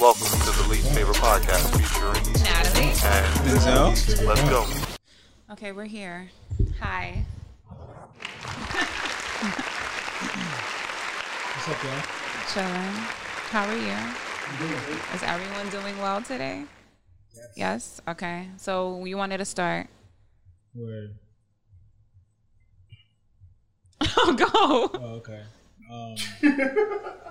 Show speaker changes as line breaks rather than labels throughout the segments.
Welcome to the Least Favorite Podcast featuring
Natalie.
and
Denzel?
let's go.
Okay, we're here. Hi.
What's up, y'all?
Chilling. How are you? Is everyone doing well today? Yes. Okay. So you wanted to start.
Word.
Oh, go.
Oh, okay. Um,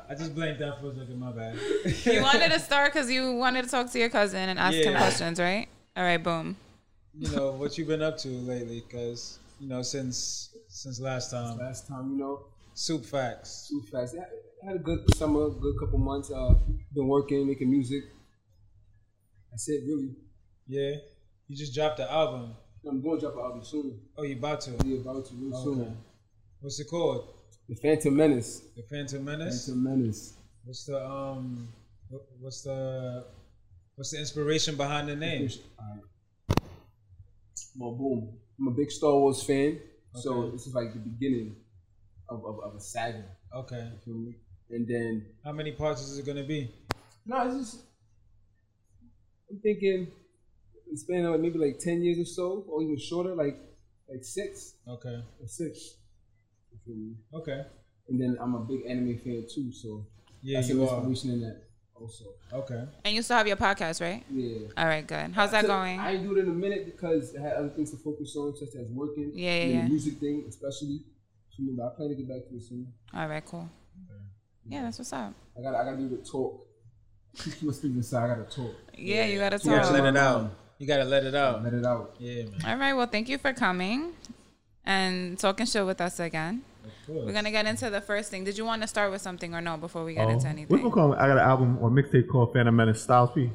I just blanked out for a second. My bad.
You wanted to start because you wanted to talk to your cousin and ask him
Yeah.
questions, right? All right, boom.
you know what you've been up to lately? Because you know since since last time,
last time, you know,
soup facts.
too fast. I I had a good summer, good couple months. Uh, been working, making music. That's it, really.
Yeah, you just dropped the album.
I'm going to drop an album soon.
Oh, you about to?
Be about to real
Okay.
soon.
What's it called?
The Phantom Menace.
The Phantom Menace.
Phantom Menace.
What's the um? wh- What's the What's the inspiration behind the name?
Alright. Well, boom. I'm a big Star Wars fan, so
Okay.
this is like the beginning of, of, of a saga.
Okay.
you feel me? And then,
How many parts is it gonna be?
no, it's just, I'm thinking, it's been like maybe like 10 years or so, or even shorter, like like six.
Okay.
or six. You feel me?
Okay.
And then I'm a big anime fan too, so
Yeah,
that's an
you are.
inspiration in that also.
Okay.
And you still have your podcast, right?
Yeah.
All right, good. How's that
So,
going?
I ain't do it in a minute because I had other things to focus on, such as working.
Yeah, yeah,
and
yeah.
The music thing, especially. So, you know, I plan to get back to it soon.
All right, cool. Yeah, that's what's up.
I got to I got to do the talk. Must be inside. I got to talk.
Yeah, you got to
You gotta
talk.
let it out. You gotta let it out.
Let it out.
Yeah, man.
All right, well, thank you for coming and talking shit with us again.
Of course.
We're gonna get into the first thing. Did you want to start with something or no before we
Oh,
get into
We're gonna
anything?
call. I got an album or mixtape called Phantom Menace Styles P.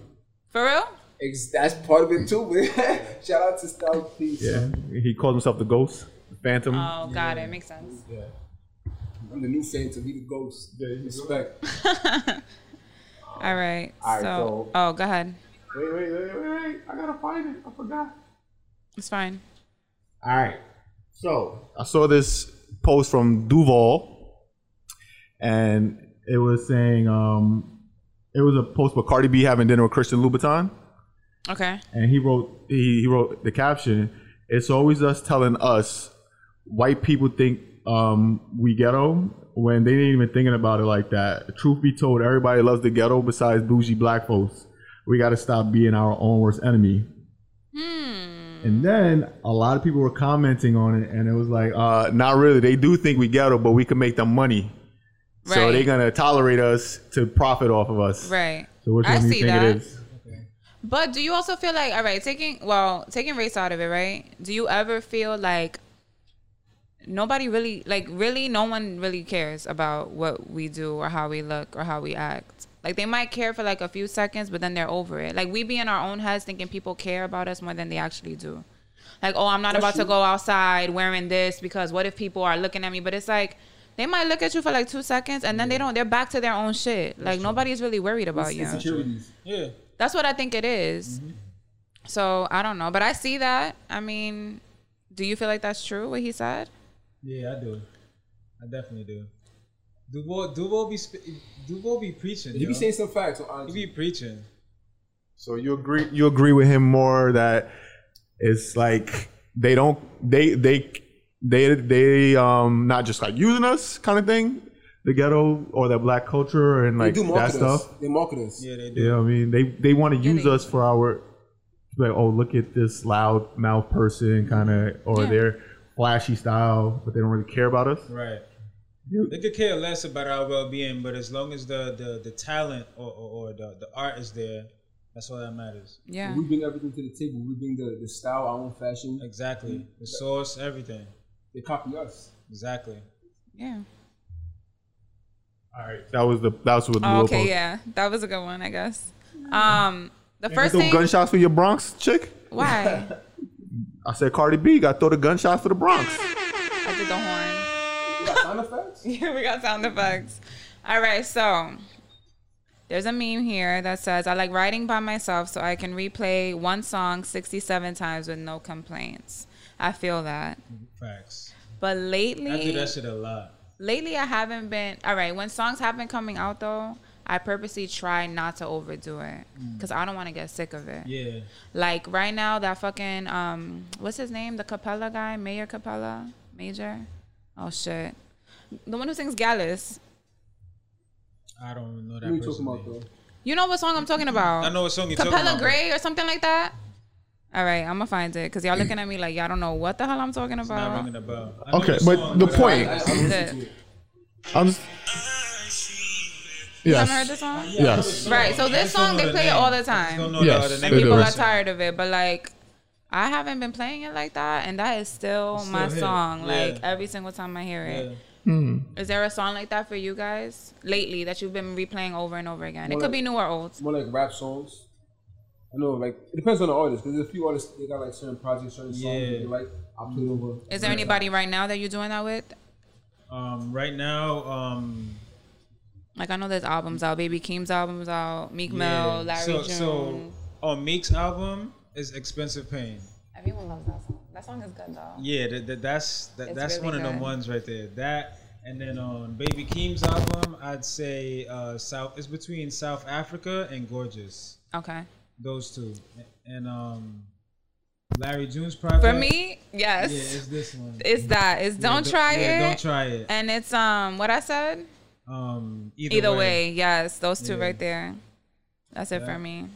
For real?
Ex- that's part of it too, man. Shout out to Style Please.
Yeah, he calls himself the Ghost, the Phantom.
Oh, got it. Makes sense.
Mm-hmm. yeah.
I'm the new fan, so he the ghost. Respect.
All right.
All right,
so,
so-
oh, go ahead.
Wait, wait, wait, wait, wait! I gotta find it. I forgot.
It's fine.
All right. So I saw this post from Duval, and it was saying um, it was a post with Cardi B having dinner with Christian Louboutin.
Okay.
and he wrote he, he wrote the caption it's always us telling us white people think um, we ghetto when they ain't even thinking about it like that truth be told everybody loves the ghetto besides bougie black folks we got to stop being our own worst enemy
Hmm.
and then a lot of people were commenting on it and it was like uh, not really they do think we ghetto but we can make them money so
Right.
they're gonna tolerate us to profit off of us
Right.
so which
I
one do
see
you think
that.
it is
But do you also feel like, all right, taking well, taking race out of it, right? Do you ever feel like nobody really, like, really, no one really cares about what we do or how we look or how we act? Like they might care for like a few seconds, but then they're over it. Like we be in our own heads thinking people care about us more than they actually do. Like, oh, I'm not about to go outside wearing this because what if people are looking at me? But it's like they might look at you for like two seconds and then they don't. They're back to their own shit. Like nobody's really worried about you.
Insecurities.
Yeah.
That's what I think it is. So I don't know, but I see that. I mean, do you feel like that's true what he said?
Yeah, I do. I definitely do. Duval, Duval be, sp- Duval be preaching.
He
yo.
be saying some facts uh, on
He
IG.
be preaching.
So you agree you agree with him more that it's like they don't they they they they um not just like using us kind of thing the ghetto or that black culture and like
they do
that
market us.
stuff.
They market us.
Yeah, they
You
do.
know what I mean? They they want to use
they-
us for our like oh look at this loud mouth person kind of or
Yeah.
their flashy style, but they don't really care about us.
Right.
You-
They could care less about our well-being, but as long as the the, the talent or, or, or the, the art is there, that's all that matters.
Yeah.
We bring everything to the table. We bring the, the style, our own fashion.
Exactly.
Mm-hmm.
The source, everything.
They copy us.
Exactly.
Yeah.
All right, that was the that was what the
Oh,
little
okay,
post.
yeah. That was a good one, I guess. Um the
You
first
throw
thing
gunshots for your Bronx chick.
why?
I said Cardi B got to throw the gunshots for the Bronx.
I did the horn.
We got sound effects?
Yeah, we got sound effects. All right, so there's a meme here that says I like writing by myself so I can replay one song 67 times with no complaints. I feel that.
Facts.
But lately
I do that shit a lot.
lately I haven't been all right. When songs have been coming out though, I purposely try not to overdo it because I don't want to get sick of it.
Mm. Yeah.
Like right now, that fucking um, what's his name? The Capella guy, Mayor Capella, Major. Oh shit, the one who sings Gallus.
I don't even know that
What are you
person.
talking about
name.
though?
You know what song I'm talking about?
I know what song you're talking
Capella
about.
Gray or something like that. All right, I'm gonna find it because y'all looking at me like y'all don't know what the hell I'm talking
Not
about.
ringing a bell. I know
Okay,
the
but
song,
the
but I-
point.
I, I listen
That-
to it.
I'm just,
You haven't heard this
yes.
song?
Yes.
Right. So
Um, I
this
just don't
song
know
they
the
play it
name.
all the
I just don't
time,
know the
Yes,
other
it
name.
and people
is.
are tired of it. But like, I haven't been playing it like that, and that is still,
It's still
my
hit.
song. Like
Yeah.
every single time I hear it.
Yeah. Hmm.
Is there a song like that for you guys lately that you've been replaying over and over again? it
Well,
could be new or old.
It's more like rap songs. I know, like it depends on the artist. Cause there's a few artists they got like certain projects, certain songs
Yeah.
that they like. I play
Mm-hmm.
it over.
Is there anybody right now that you're doing that with?
Um, right now, um,
Like I know there's albums out, Baby Keem's albums out, Meek Mill, Larry
so,
June.
so on Meek's album is Expensive Pain.
Everyone loves that song. That song is good though.
Yeah, that, that, that's that,
It's
that's
really
one of them
good.
ones right there. That and then on Baby Keem's album, I'd say uh, South. It's between South Africa and Gorgeous.
Okay.
Those two, and um, Larry June's project.
For me, yes.
yeah, it's this one.
It's that. It's
Yeah,
don't try
yeah,
it.
Don't try it.
And it's um what I said.
Um, either,
Either, way. yes, those two
Yeah.
right there. That's it for me.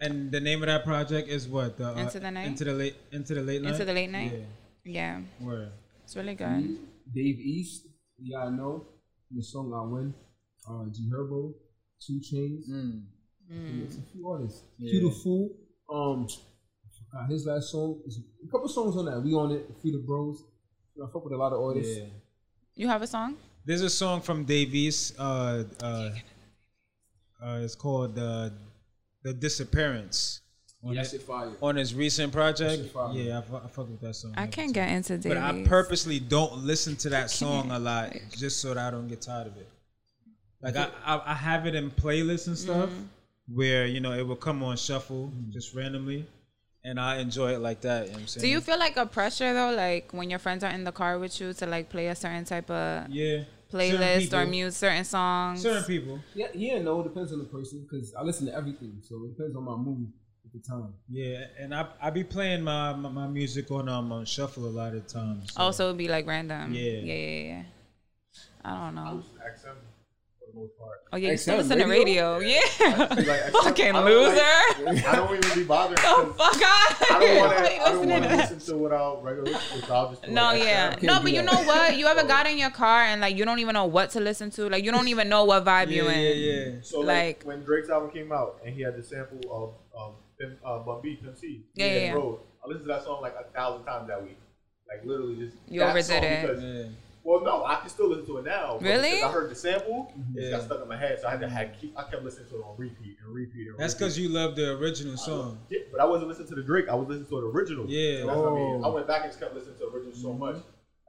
And the name of that project is what? The, uh,
Into the Night?
Into the late. Into the late night.
Into the Late Night? Yeah,
Yeah. Word.
it's really good.
Dave East, you gotta know the song I win. Uh, G Herbo, Two Chains.
Mm.
Yeah, It's a few artists. Cue the
Yeah.
Fool. Um, uh, his last song is a couple songs on that. We on it. Feed the Bros. You know, I fuck with a lot of artists.
Yeah.
You have a song?
There's a song from Davies. Uh, uh, uh, it's called uh, "The Disappearance" on,
That
his-
shit fire.
on his recent project.
shit fire.
Yeah, I, fu- I fuck with that song.
I can't get into Davies.
But I purposely don't listen to that song a lot just so that I don't get tired of it. Like I, I, I have it in playlists and stuff
Mm-hmm.
where you know it will come on shuffle just randomly, and I enjoy it like that. You know what I'm saying?
Do you feel like a pressure though, like when your friends are in the car with you to like play a certain type of
yeah Certain
playlist or
people-
mute certain songs?
Certain people,
Yeah, yeah, no, it depends on the person because I listen to everything, so it depends on my mood at the time.
yeah, and I I be playing my my, my music on um on shuffle a lot of times. so-
Also, it'd be like random.
Yeah.
yeah, yeah, yeah. I don't know.
XM for the most part.
Oh yeah, you still
XM
listen to
radio?
radio? Yeah.
Like,
Fucking
I don't like-
loser.
I don't even be bothered.
the
'cause
Oh, fuck out
I
of
don't
here.
want
Why you
to. I don't
listening
want
to
to
that?
listen to without regular without just
No,
like,
yeah.
can't
No,
do
but you
that.
know what? You ever got in your car and like you don't even know what to listen to? Like you don't even know what vibe
yeah,
you in.
yeah, yeah.
So like,
Like-
when Drake's album came out and he had the sample of um Pim, uh, Bun B, Pimp C,
Yeah, yeah,
and
yeah.
Road. I listened to that song like a thousand times that week. Like literally just
You
that
overdid
song
it.
because-
Yeah.
Well, no, I can still listen to it now. but
Really?
because I heard the sample, it just
Yeah.
got stuck in my head, so I had to had keep. I kept listening to it on repeat and repeat and
That's
repeat.
because you love the original song.
Yeah, but I wasn't listening to the Drake. I was listening to the original.
Yeah.
And that's what I mean.
Oh.
I went back and just kept listening to the original so much.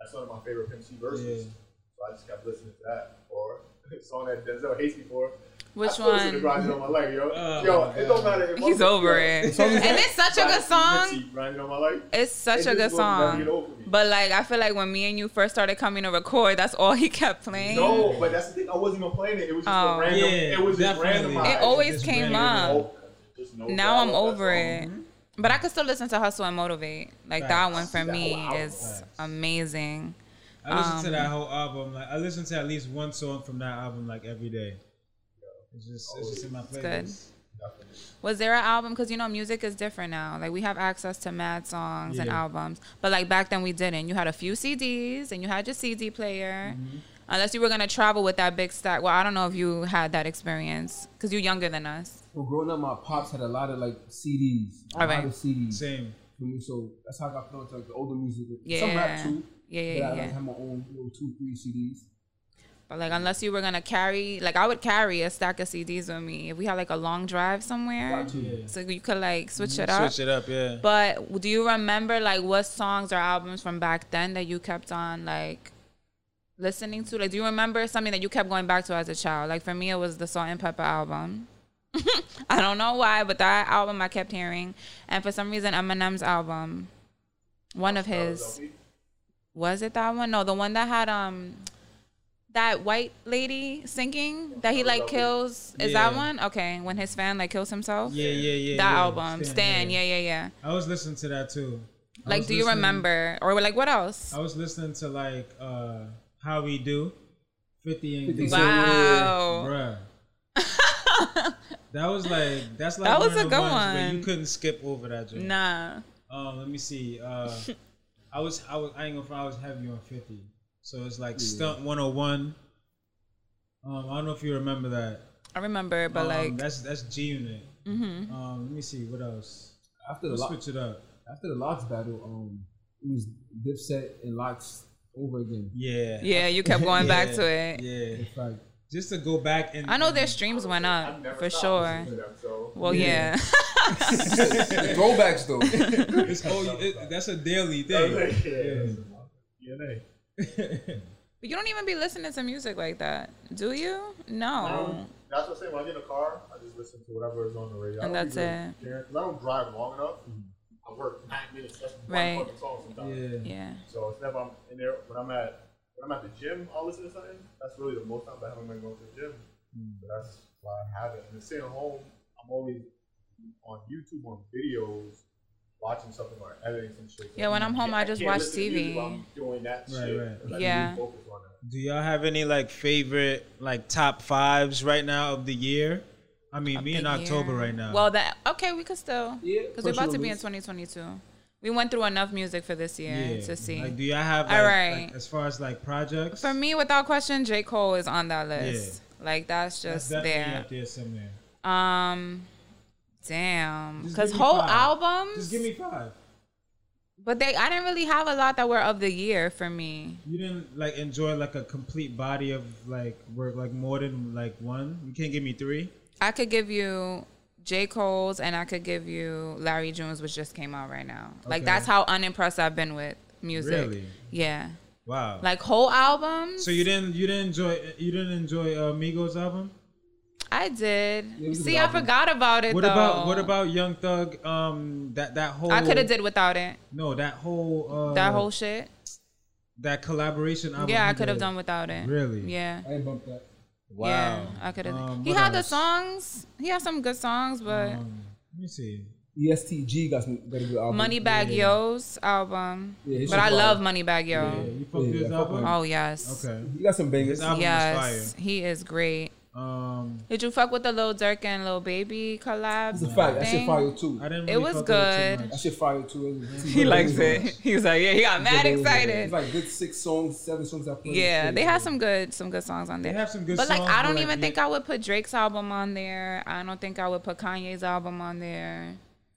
That's one of my favorite Pimp C verses.
Yeah.
So I just kept listening to that. Or a song that Denzel hates me for. I
Which
still listen to
one?
Grinding on my life, yo.
Oh,
yo,
my
it
God.
don't matter. If
He's
I'm-
over
yo,
it. And it's such a good
Grinding-
song.
Grinding on my life.
It's such
It
a
just
good
will never get
song.
over me.
But like I feel like when me and you first started coming to record, that's all he kept playing.
No, but that's the thing. I wasn't even playing it. It was just
Oh.
a random.
Yeah,
it was just
definitely.
randomized.
It
I
always
just
came
randomly
up.
Oh, just no
Now
doubt Mm-hmm.
I'm
that
over
song.
it. But I could still listen to Hustle and Motivate. Like that
Facts.
one for
That
me
whole album.
is amazing.
I listen to
Um,
that whole album. Like I listen to at least one song from that album like every day. It's just it's just in my
good.
playlist.
Was there an album? Because you know, music is different now. Like we have access to mad songs and
Yeah.
albums, but like back then we didn't. You had a few CDs and you had your CD player, unless you were gonna travel with that big stack. Well, I don't know if you had that experience because you're younger than us.
Well, growing up, my pops had a lot of like CDs, a
All
lot
right.
of CDs
Same.
for me. So that's how I got put onto like the older music,
Yeah,
some rap too.
yeah,
but I
yeah,
like,
yeah.
had my own little two, three CDs.
But like, unless you were gonna carry, like, I would carry a stack of CDs with me if we had like a long drive somewhere,
Yeah.
so you could like switch it up.
Switch it up, yeah.
But do you remember like what songs or albums from back then that you kept on like listening to? Like, do you remember something that you kept going back to as a child? Like for me, it was the Salt and Pepper album. I don't know why, but that album I kept hearing, and for some reason Eminem's album, one of his, was it that one? No, the one that had um, that white lady singing that he like kills is that
Yeah.
one? Okay, when his fan like kills himself.
Yeah, yeah, yeah.
That
yeah.
album, Stan. Yeah, yeah, yeah.
I was listening to that too. I
Like,
was
do you
listening-
remember or like what else?
I was listening to like uh How We Do, Fifty and
50
Dizzy.
Cent.
Wow.
Bruh. that was like that's like
That
one
was
of
a
the
good
ones where
one.
you couldn't skip over that. joint.
Nah.
Um, let me see. Uh, I was I was I ain't gonna front, I was heavy on fifty, so it's like stunt one hundred one. Um, I don't know if you remember that.
I remember, but
Um,
like Mm-hmm.
that's that's G Unit. Um, let me see what else.
After the
Let's
lock,
switch it up.
after the locks battle, um, it was Dipset and locks over again.
Yeah.
yeah, you kept going back
Yeah,
to it.
Yeah.
It's like
Just to go back and
I know their streams went up for sure. Well, yeah.
throwbacks though.
it's all, it, that's a daily thing.
But you don't even be listening to music like that, do you? No.
That's what I'm saying. When I get in the car, I just listen to whatever is on the radio. I
And
don't
that's
even
it.
care, 'cause I don't drive long enough. I work nine minutes. That's one
Right.
fucking song sometimes.
Yeah.
Yeah.
So it's never I'm in there when I'm at when I'm at the gym, I'll listen to something. That's really the most times I haven't been going to the gym. But that's why I haven't. And sitting home, I'm always on YouTube on videos, watching something or editing some shit.
Yeah, when I'm home, I just
can't
watch
listen to music while
TV.
I'm doing that
Right,
shit.
right.
'cause I really
Yeah.
focus on that.
Do y'all have any like favorite like top fives right now of the year? I mean, me in
The
October
year.
right now.
Well, that okay, we could still
Yeah,
because we're about to be in
personal
2022. We went through enough music for this year
yeah.
to see.
Like, do y'all have like,
All right.
like, as far as like projects?
for me, without question, J Cole is on that list. Like that's
That's
just
definitely
there.
up there somewhere.
Um, damn,
Just
because
give me
whole
five.
albums.
Just give me five.
But they, I didn't really have a lot that were of the year for me.
You didn't like enjoy like a complete body of like work, like more than like one. You can't give me three.
I could give you J. Cole's and I could give you Larry June's, which just came out right now. Like
Okay.
that's how unimpressed I've been with music.
Really?
Yeah.
Wow.
Like whole albums.
so you didn't you didn't enjoy you didn't enjoy uh, Migos album.
I did.
it was a
See,
good
I
album.
forgot about it.
What
though.
about what about Young Thug? Um, that that whole
I could have did without it.
no that whole uh,
That whole shit.
that collaboration album.
Yeah, I
he
could have
did.
done without it.
Really?
Yeah.
I didn't bump that.
Wow.
Yeah, I could have.
Um,
he
what
had the
else?
songs. He had some good songs, but
Um, let me see.
E ESTG got some got a good album.
Moneybag Yo's album.
Yeah, his
but
shit's
I
fire.
love Moneybag Yo.
Yeah, you fucked
Yeah,
with his
I fuck with
album.
Oh yes.
Okay.
He got some bangers.
His album
Yes,
was
he is great.
fire. Um,
Did you fuck with the Lil Durk and Lil Baby collab?
That's a fact. That shit
thing?
fire too.
I didn't.
It
Really
was
fuck with it too
good.
much.
That shit fire too.
He likes it. He was like, yeah, he got mad
It's
excited.
like good six songs, seven songs I played.
Yeah, they had some good some good songs on there.
have some good
but like
songs,
I
but,
don't
like,
even
yeah.
think I would put Drake's album on there. I don't think I would put Kanye's album on there.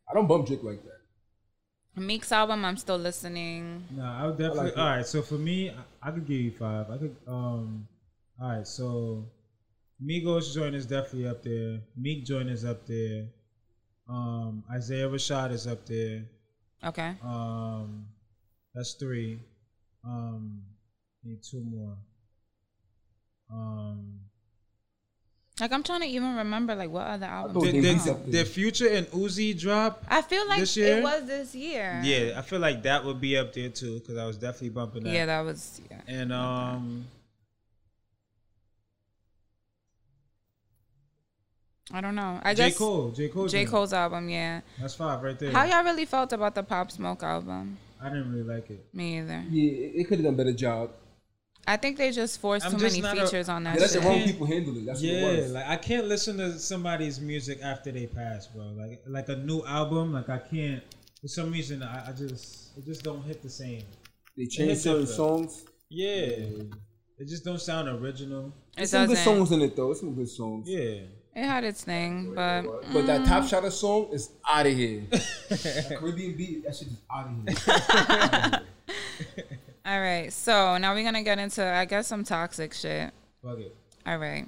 I don't bump Drake like that.
Meek's album I'm still listening.
No, I would definitely.
it.
all right, so for me, I, I could give you five. I could. Um, all right, so Migos joint is definitely up there. Meek joint is up there. Um, Isaiah Rashad is up there.
Okay.
Um, that's three. Um, need two more. Um,
Like I'm trying to even remember like what other albums.
thought
did,
they
came
did,
was
out.
Oh, up
did
there.
Future and Uzi drop?
I feel like
this year?
it was this year.
Yeah, I feel like that would be up there too because I was definitely bumping that.
Yeah, that was yeah.
And um,
I don't know. I
J
guess
Cole, J Cole,
J.
joint.
Cole's album, yeah.
That's five right there.
How y'all really felt about the Pop Smoke album?
I didn't really like it.
Me either.
Yeah, it, could have done a better job.
I think they just forced
I'm
too
just
many
not a-
features on that
Yeah, that's the
shit.
wrong people handle it. That's
Yeah,
what it was.
like I can't listen to somebody's music after they pass, bro. Like like a new album, like I can't. For some reason, I, I just it just don't hit the same.
they changed certain
different.
songs.
Yeah, it just don't sound original.
It
some
doesn't.
good songs in it though. It's some good songs.
Yeah,
It had its thing, but
But that Top Shotter song is out of here. That Caribbean beat, that shit is out of here.
all right. So now we're gonna get into, I guess, some toxic shit.
fuck it.
All right.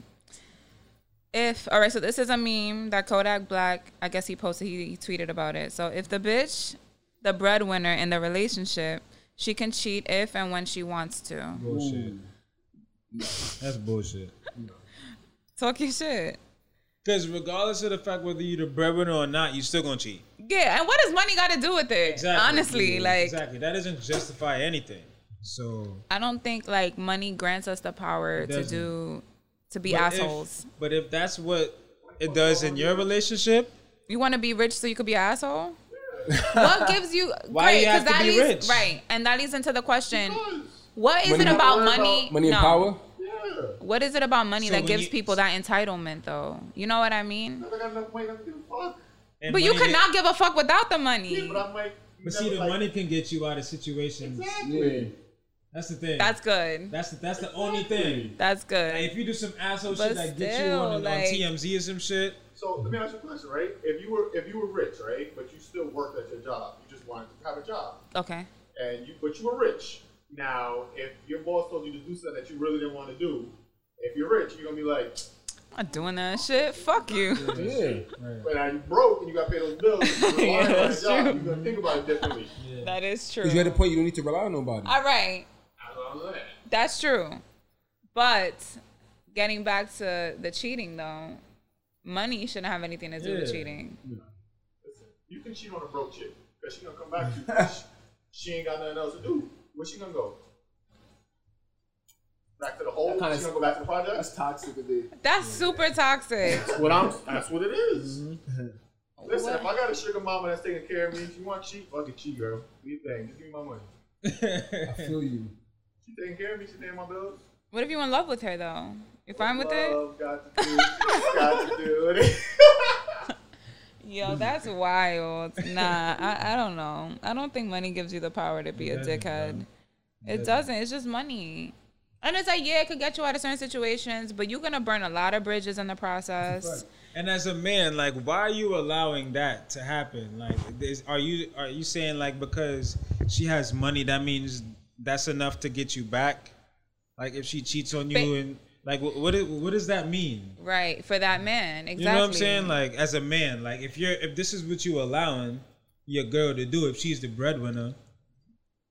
If all right, so this is a meme that Kodak Black, I guess he posted, he, he tweeted about it. So if the bitch, the breadwinner in the relationship, she can cheat if and when she wants to.
Bullshit. That's bullshit.
Talk your shit.
Because regardless of the fact whether you're the breadwinner or not, you still gonna cheat.
Yeah, and what does money got to do with it? Honestly,
Yeah,
like
exactly that doesn't justify anything. So
I don't think like money grants us the power to
doesn't.
do to be
but if-
assholes.
but if that's what it does in your relationship,
You want to be rich so you could be an asshole? what gives you
Why do
great,
you have
'cause
to
that
be
leads
rich?
right, and that leads into the question: What is
Money
it
and
about
power,
money?
Money
no.
and power.
Yeah.
What is it about money
So
that
when
gives
you-
people that entitlement, though? You know what I mean?
I got enough money. I don't give a fuck.
and
But you
money
could
get-
not give a fuck without the money.
But I might.
But see, the money can get you out of situations.
Yeah.
That's the thing.
That's good.
that's the, that's the only thing.
That's
Like,
good.
if you do some asshole
But
shit that gets you
still,
on,
like-
on TMZ or some shit,
So let me ask you a question, right? If you were if you were rich, right, but you still worked at your job, you just wanted to have a job,
Okay.
and you but you were rich. Now, if your boss told you to do something that you really didn't want to do, if you're rich, you're gonna be like,
I'm not doing that shit. Fuck you.
Yeah.
but now you broke and you got to pay those bills. and You're
Yeah,
relying on
that's
that job.
true.
You're gonna think about it differently.
That is true.
Because you're at a point you don't need to rely on nobody.
All right.
That's what I'm saying.
That's true. But getting back to the cheating though, money shouldn't have anything to do with
Yeah.
cheating.
Listen, you can cheat on a broke chick because she gonna come back to you. 'cause she, she ain't got nothing else to do. Where she gonna go? Back to the hole? She
kinda
gonna go back to the project?
toxic today.
That's super toxic.
That's what I'm. That's what it is. Listen,
What-
if I got a sugar mama that's taking care of me, if you want to cheat, fuck it, cheat, girl. Do your thing. Just give me my money.
I feel you.
She taking care of me. She paying my bills.
What if you're in love with her though? You fine with it?
Love got to do. got to do it.
Yo, that's wild. Nah, I, I don't know. I don't think money gives you the power to be a
doesn't,
dickhead. It doesn't. It's just money. And it's like, yeah, it could get you out of certain situations, but you're gonna burn a lot of bridges in the process.
and as a man, like, why are you allowing that to happen? Like, is, are you are you saying like because she has money that means that's enough to get you back? Like, if she cheats on you
Ba-
and like, what what, it- what does that mean?
Right. For that man. Exactly.
You know what I'm saying? Like as a man, like if you're if this is what you allowing your girl to do, if she's the breadwinner,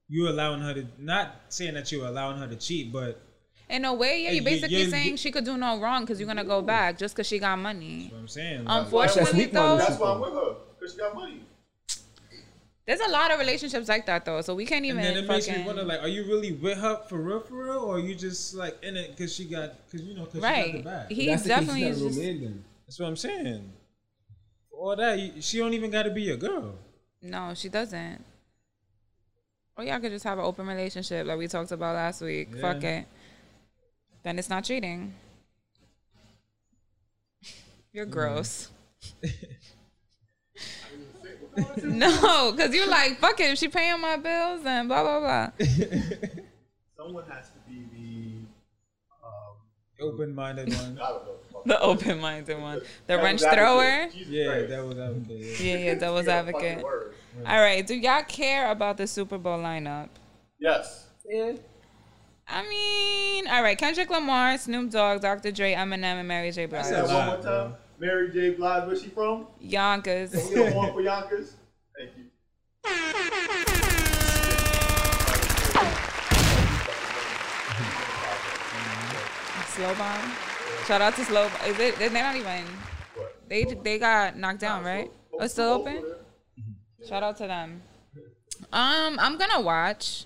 you're allowing her to not saying that you're allowing her to cheat, but
In a way, yeah,
Hey,
you're
you-
basically
you-
saying she could do no wrong because you're gonna go back just because she got money.
what I'm saying, like,
Unfortunately,
weak minded.
though,
That's why I'm with her because she got money.
there's a lot of relationships like that though, so we can't even.
and then it makes me
fucking-
wonder, like, are you really with her for real, for real, or are you just like in it because she got because you know because she got the
right?
bag?
He
That's
definitely
the
is
case, you got a
just,
real man then.
That's what I'm saying. For all that, you, she don't even got to be your girl.
no, she doesn't. Or y'all could just have an open relationship like we talked about last week. Fuck
Yeah.
it. Then it's not cheating.
Mm.
You're gross. no, because you're like, fuck it. If she paying my bills and blah, blah, blah.
Someone has to be the. Um,
Open-minded one.
I don't know. Fuck.
The open minded one. The wrench
Devil's
thrower.
advocate. Jesus
Yeah,
Christ.
that was that. Was, yeah.
Yeah, yeah, devil's
Yeah, fucking
advocate.
word.
All right, do y'all care about the Super Bowl lineup?
Yes.
Yeah.
I mean, all right, Kendrick Lamar, Snoop Dogg, Dr. Dre, Eminem, and Mary J.
I said
That's
Blige.
a
one
lot,
more time. Mary J. Blige, where she from?
Yonkers.
We got one for Yonkers. Thank you.
Slow Bomb. Shout out to Slow Bomb. Is it, they're not even. They, they got knocked down, right? Oh, it's still open? Shout out to them. Um, I'm gonna watch.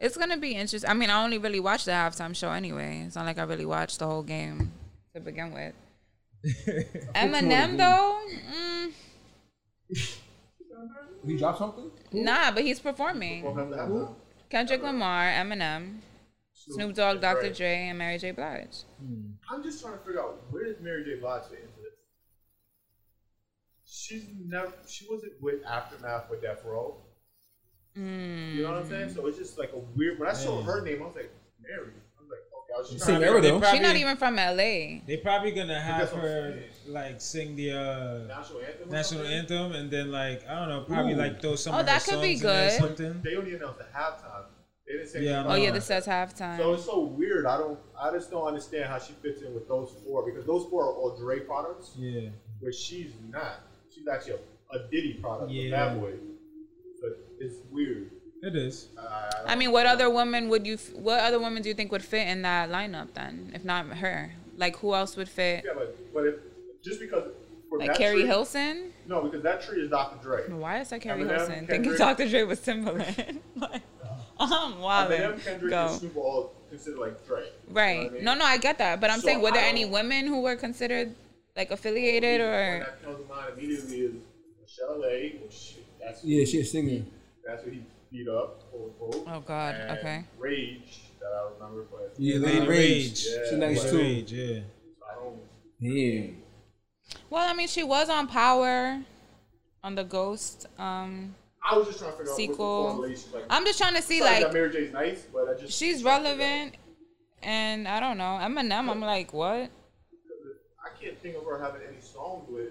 It's gonna be interesting. I mean, I only really watched the halftime show anyway. It's not like I really watched the whole game to begin with. Eminem though, mm,
He dropped something?
nah, but he's performing.
Welcome to halftime.
Kendrick Lamar, Eminem, Snoop Dogg, Dr. Dre, and Mary J. Blige.
I'm just trying to figure out where does Mary J. Blige fit into this? She's never, she wasn't with Aftermath with Death Row. You know what I'm saying? So it's just like a weird. When I saw her name, I was like, Mary. I was like, okay, I was just
say
trying to-
Mary though.
They
She's not
probably-
even from LA.
They probably gonna have
that's what I'm
her
saying.
like sing the uh,
national anthem. or
national
something?
anthem and then like I don't know, probably
Ooh.
like throw some
Oh,
of her
that could
songs
be
in there or
good.
something.
They only announced at halftime. They didn't say
Yeah,
anything
Oh yeah,
Alright.
this says
So
halftime.
it's so weird. I don't. I just don't understand how she fits in with those four because those four are all Dre products,
Yeah,
which she's not. She's actually a, a Diddy product, a
Yeah.
bad boy. But it's weird.
it is.
I, I, don't-
I mean, what other woman would you? f- What other woman do you think would fit in that lineup then, if not her? Like who else would fit?
yeah, but but if just because for
Like
that
Carrie
tree,
Hilson?
No, because that tree is Dr. Dre.
Why is that Carrie
Eminem,
Hilson? Thinking
Kendrick.
Dr. Dre was Timberland. like, I'm
I mean, them,
wilding.
Kendrick and
Go.
Snoop are all considered like Drake. you know what I
Right.
mean?
No, no, I get that. But I'm
So
saying, were there
I
any
don't-
women who were considered like affiliated
One
or?
that comes to mind immediately is Michelle A. Well, shit, that's
Yeah, she a singer.
that's what he beat up, quote unquote.
Oh, God,
And
okay.
Rage that I remember, but
Yeah,
Lady Rage.
Lady Rage.
Yeah,
She nice
Lady
too.
Rage, yeah.
I don't.
Damn.
Well, I mean, she was on Power, on the Ghost. Um,
I was just trying to figure
Sequel.
out what the correlation. Like,
I'm just trying to see
sorry that
like
Mary J's nice, but I just
she's relevant, and I don't know Eminem. I'm like, what?
I can't think of her having any songs with.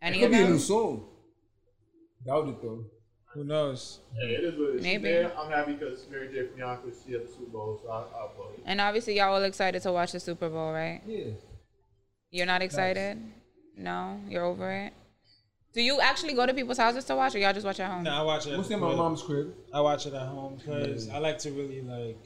Any
Could
of
be a new
them?
song. Doubt it though.
Who knows?
Hey, it is what it is.
Maybe.
Yeah, I'm happy because Mary J. Bianca, she had the Super Bowl, so I, I'll vote.
And obviously, y'all all excited to watch the Super Bowl, right?
Yeah.
You're not excited? No, you're over it. Do you actually go to people's houses to watch, or y'all just watch at home?
No, I watch it. At
What's
the
in my
crib.
mom's crib?
I watch it at home because I like to really like.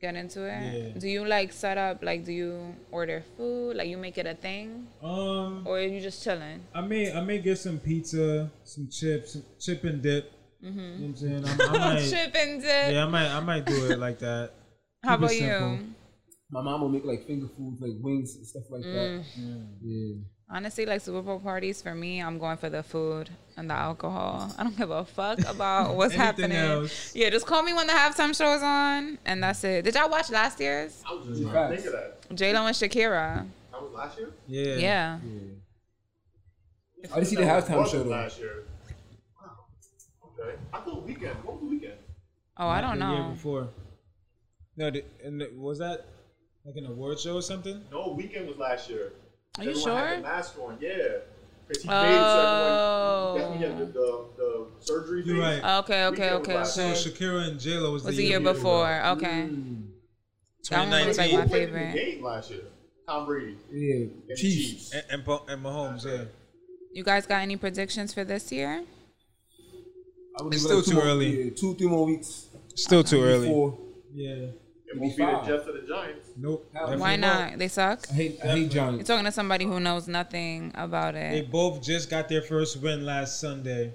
Get into it.
Yeah.
Do you like set up? Like, do you order food? Like, you make it a thing,
Um,
or are you just chilling?
I may I may get some pizza, some chips, chip and dip. You know what I'm saying? I, I might,
Mm-hmm. Chip and dip.
yeah, I might I might do it like that.
How
keep it
about you?
simple.
My mom will make like finger foods, like wings and stuff like that.
Mm.
Yeah.
Honestly, like Super Bowl parties for me, I'm going for the food and the alcohol. I don't give a fuck about what's
Anything
happening.
else.
Yeah, just call me when the halftime show's on, and that's it. Did y'all watch last year's
I was just trying to
Facts.
think of that.
J Lo and Shakira?
That was last year?
Yeah.
Yeah,
I didn't see the
That was-
halftime show
wasn't
though.
last year. Wow. Okay. I thought weekend. What was weekend?
Oh, I
Like
don't
the Year
know.
before. No, the, and the, was that like an award show or something?
No, weekend was last year.
Are you
everyone Had
sure?
the mask on, yeah. Because he
Oh.
made so everyone. That's when he had the, the, the surgery.
You're
thing.
right.
Okay, okay,
Weekend
okay.
was
So
okay.
Shakira and J Lo was,
Was the year before? Okay, that one was like
Who
my
played in The
favorite.
game last year. Tom Brady.
Yeah.
And
Chiefs.
Chiefs.
And, and, Bo- and Mahomes, yeah.
You guys got any predictions for this year?
I would
It's
give
still
two
too
more-
early.
Yeah, two, three more weeks.
Still too early.
Four.
Yeah.
It will be the
Five.
Jets or the Giants.
Nope.
Hell
Definitely
Why
no.
not? They suck.
I hate, I hate Johnny.
You're talking to somebody who knows nothing about
They
it.
both just got their first win last Sunday.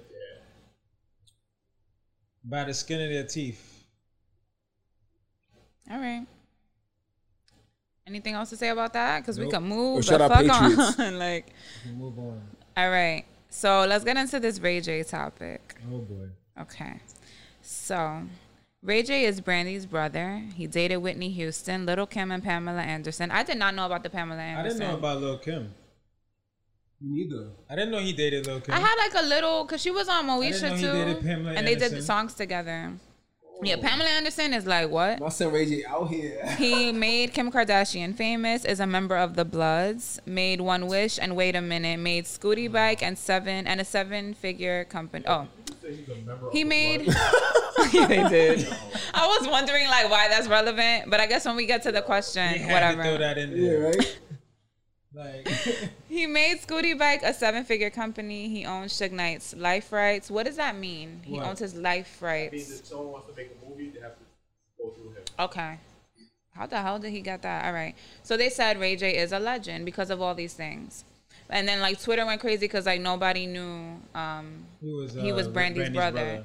By the skin of their teeth.
All right. Anything else to say about that? Because we
Nope.
can move
Well,
the
shout out
fuck
Patriots.
on. like,
We move on.
all right. So let's get into this Ray J topic.
Oh boy.
Okay. So Ray J is Brandy's brother. He dated Whitney Houston, Little Kim, and Pamela Anderson. I did not know about the Pamela
I
Anderson.
didn't know about Lil Kim.
Me neither.
I didn't know he dated Lil Kim.
I had like a little because she was on
didn't know
Moesha
he
too,
dated Pamela
and they did
Anderson.
songs together. Yeah, Pamela Anderson is like what?
My son Ray J out here.
He made Kim Kardashian famous, is a member of the Bloods, made One Wish and Wait a Minute, made Scooty Bike and seven and a seven figure company. Oh. He made Yeah, they did. I was wondering like why that's relevant, but I guess when we get to the
He
question,
had
whatever.
to throw that in
Yeah,
there.
right?
Like
He made Scooty Bike a seven figure company. He owns Suge Knight's life rights. What does that mean? He
What?
owns his life
It means
rights.
if someone wants to make a movie, they have to go through him.
Okay. How the hell did he get that? All right. So they said Ray J is a legend because of all these things. And then like Twitter went crazy because like nobody knew. Um,
he was uh,
He was Brandy's brother.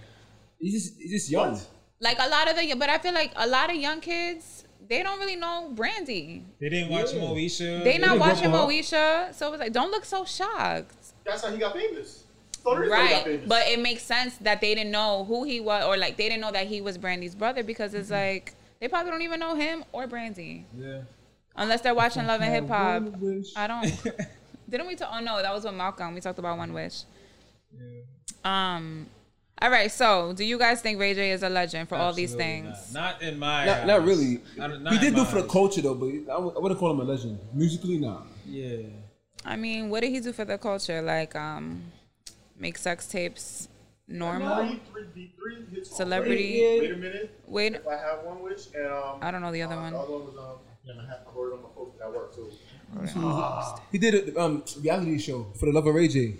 He's just, he's just young.
like a lot of the, but I feel like a lot of young kids they don't really know Brandy.
They didn't watch Moesha.
They not
didn't
watching
grow up.
Moesha, so it was like don't look so shocked.
That's how he got famous. So there is no he got
Right.
famous.
But it makes sense that they didn't know who he was or like they didn't know that he was Brandy's brother because it's like they probably don't even know him or Brandy.
Yeah.
Unless they're watching Love and Hip Hop.
One wish.
I don't Didn't we talk oh no, that was with Malcolm. We talked about One Wish. Um all right, so do you guys think Ray J is a legend for all these
Absolutely
things?
Not, Not in my
Not, not
eyes.
really.
I don't-
he
not in
did do
my
it for the
eyes.
culture though, but I w- I wouldn't call him a legend. Musically, nah.
Yeah.
I mean, what did he do for the culture? Like, um, make sex tapes
Now
normal?
he three, he three hits on
Celebrity.
Wait, wait a minute.
Wait,
If I have one wish, and um,
I don't know the other
uh,
one.
The other one was um, yeah, I have- I wrote it on my post at work too.
He did a um, reality show for the love of Ray J.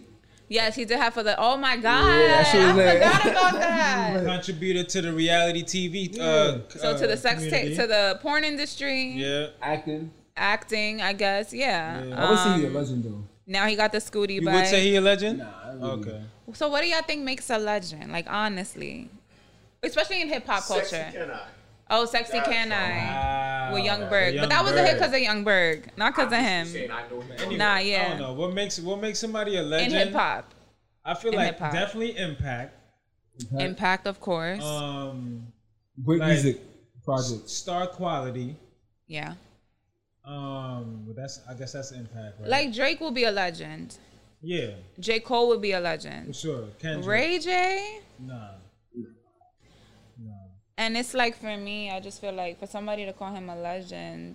Yes, he did have for the. Oh my god,
that shit
I
was lit.
forgot about that.
Contributed to the reality TV. Uh,
so to the sex tape,
community.
to the porn industry,
Yeah.
Acting.
acting, I guess. Yeah.
I would say
Um,
he's a legend though.
now he got the Scooty
You
bike.
would say he a legend?
Nah, I really-
Okay.
so what do y'all think makes a legend? Like honestly, especially in hip hop culture.
Sexy can I?
oh, sexy
That's
can I?
Wow.
with Young
The
Berg,
Ah. Young
but that was a hit
Berg.
because of Young Berg, not because of
I'm
him.
just saying I know him.
Nah,
I don't
yeah,
know what makes what makes somebody a
in
legend.
hip hop,
I feel
In
like
hip-hop.
definitely impact.
Impact, of course.
Um,
Great
Like-
music projects.
star quality.
yeah,
Um, but that's I guess that's impact, right?
like Drake will be a legend.
yeah,
J Cole would be a
for
legend.
sure. Kendrick,
Ray J.
nah,
And it's like for me, I just feel like for somebody to call him a legend,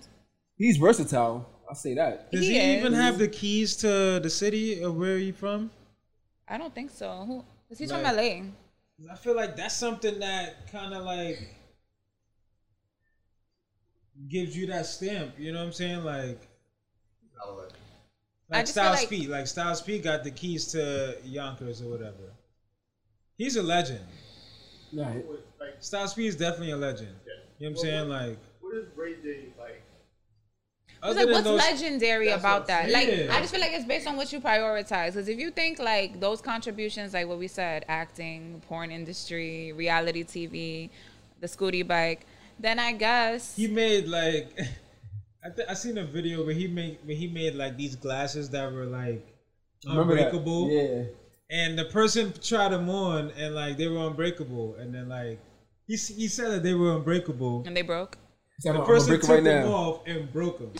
He's versatile. I'll say that.
Does he,
He is.
even have the keys to the city of where he from?
I don't think so. Who is he from
Right.
LA?
'Cause I feel like that's something that kind of like gives you that stamp. You know what I'm saying? Like,
I'll let him.
I
like
just feel
Styles
like-
P. Like Styles P. Got the keys to Yonkers or whatever. He's a legend.
Nah,
What- Like,
Styles P. is definitely a legend.
Yeah.
You know what I'm saying? Like,
what is Ray J like?
It's
other
like
than
what's
those-
legendary
that's
about
what I'm
that? Like
saying.
I just feel like it's based on what you prioritize. Because if you think like those contributions, like what we said, acting, porn industry, reality TV, the Scooty bike, then I guess
he made like I th- I seen a video where he made where he made like these glasses that were like
remember that?
unbreakable,
Yeah.
and the person tried them on and like they were unbreakable, and then like he s- he said that they were unbreakable.
and they broke.
So I'm,
The
I'm gonna
person
break it
took
right
them
now.
off and broke them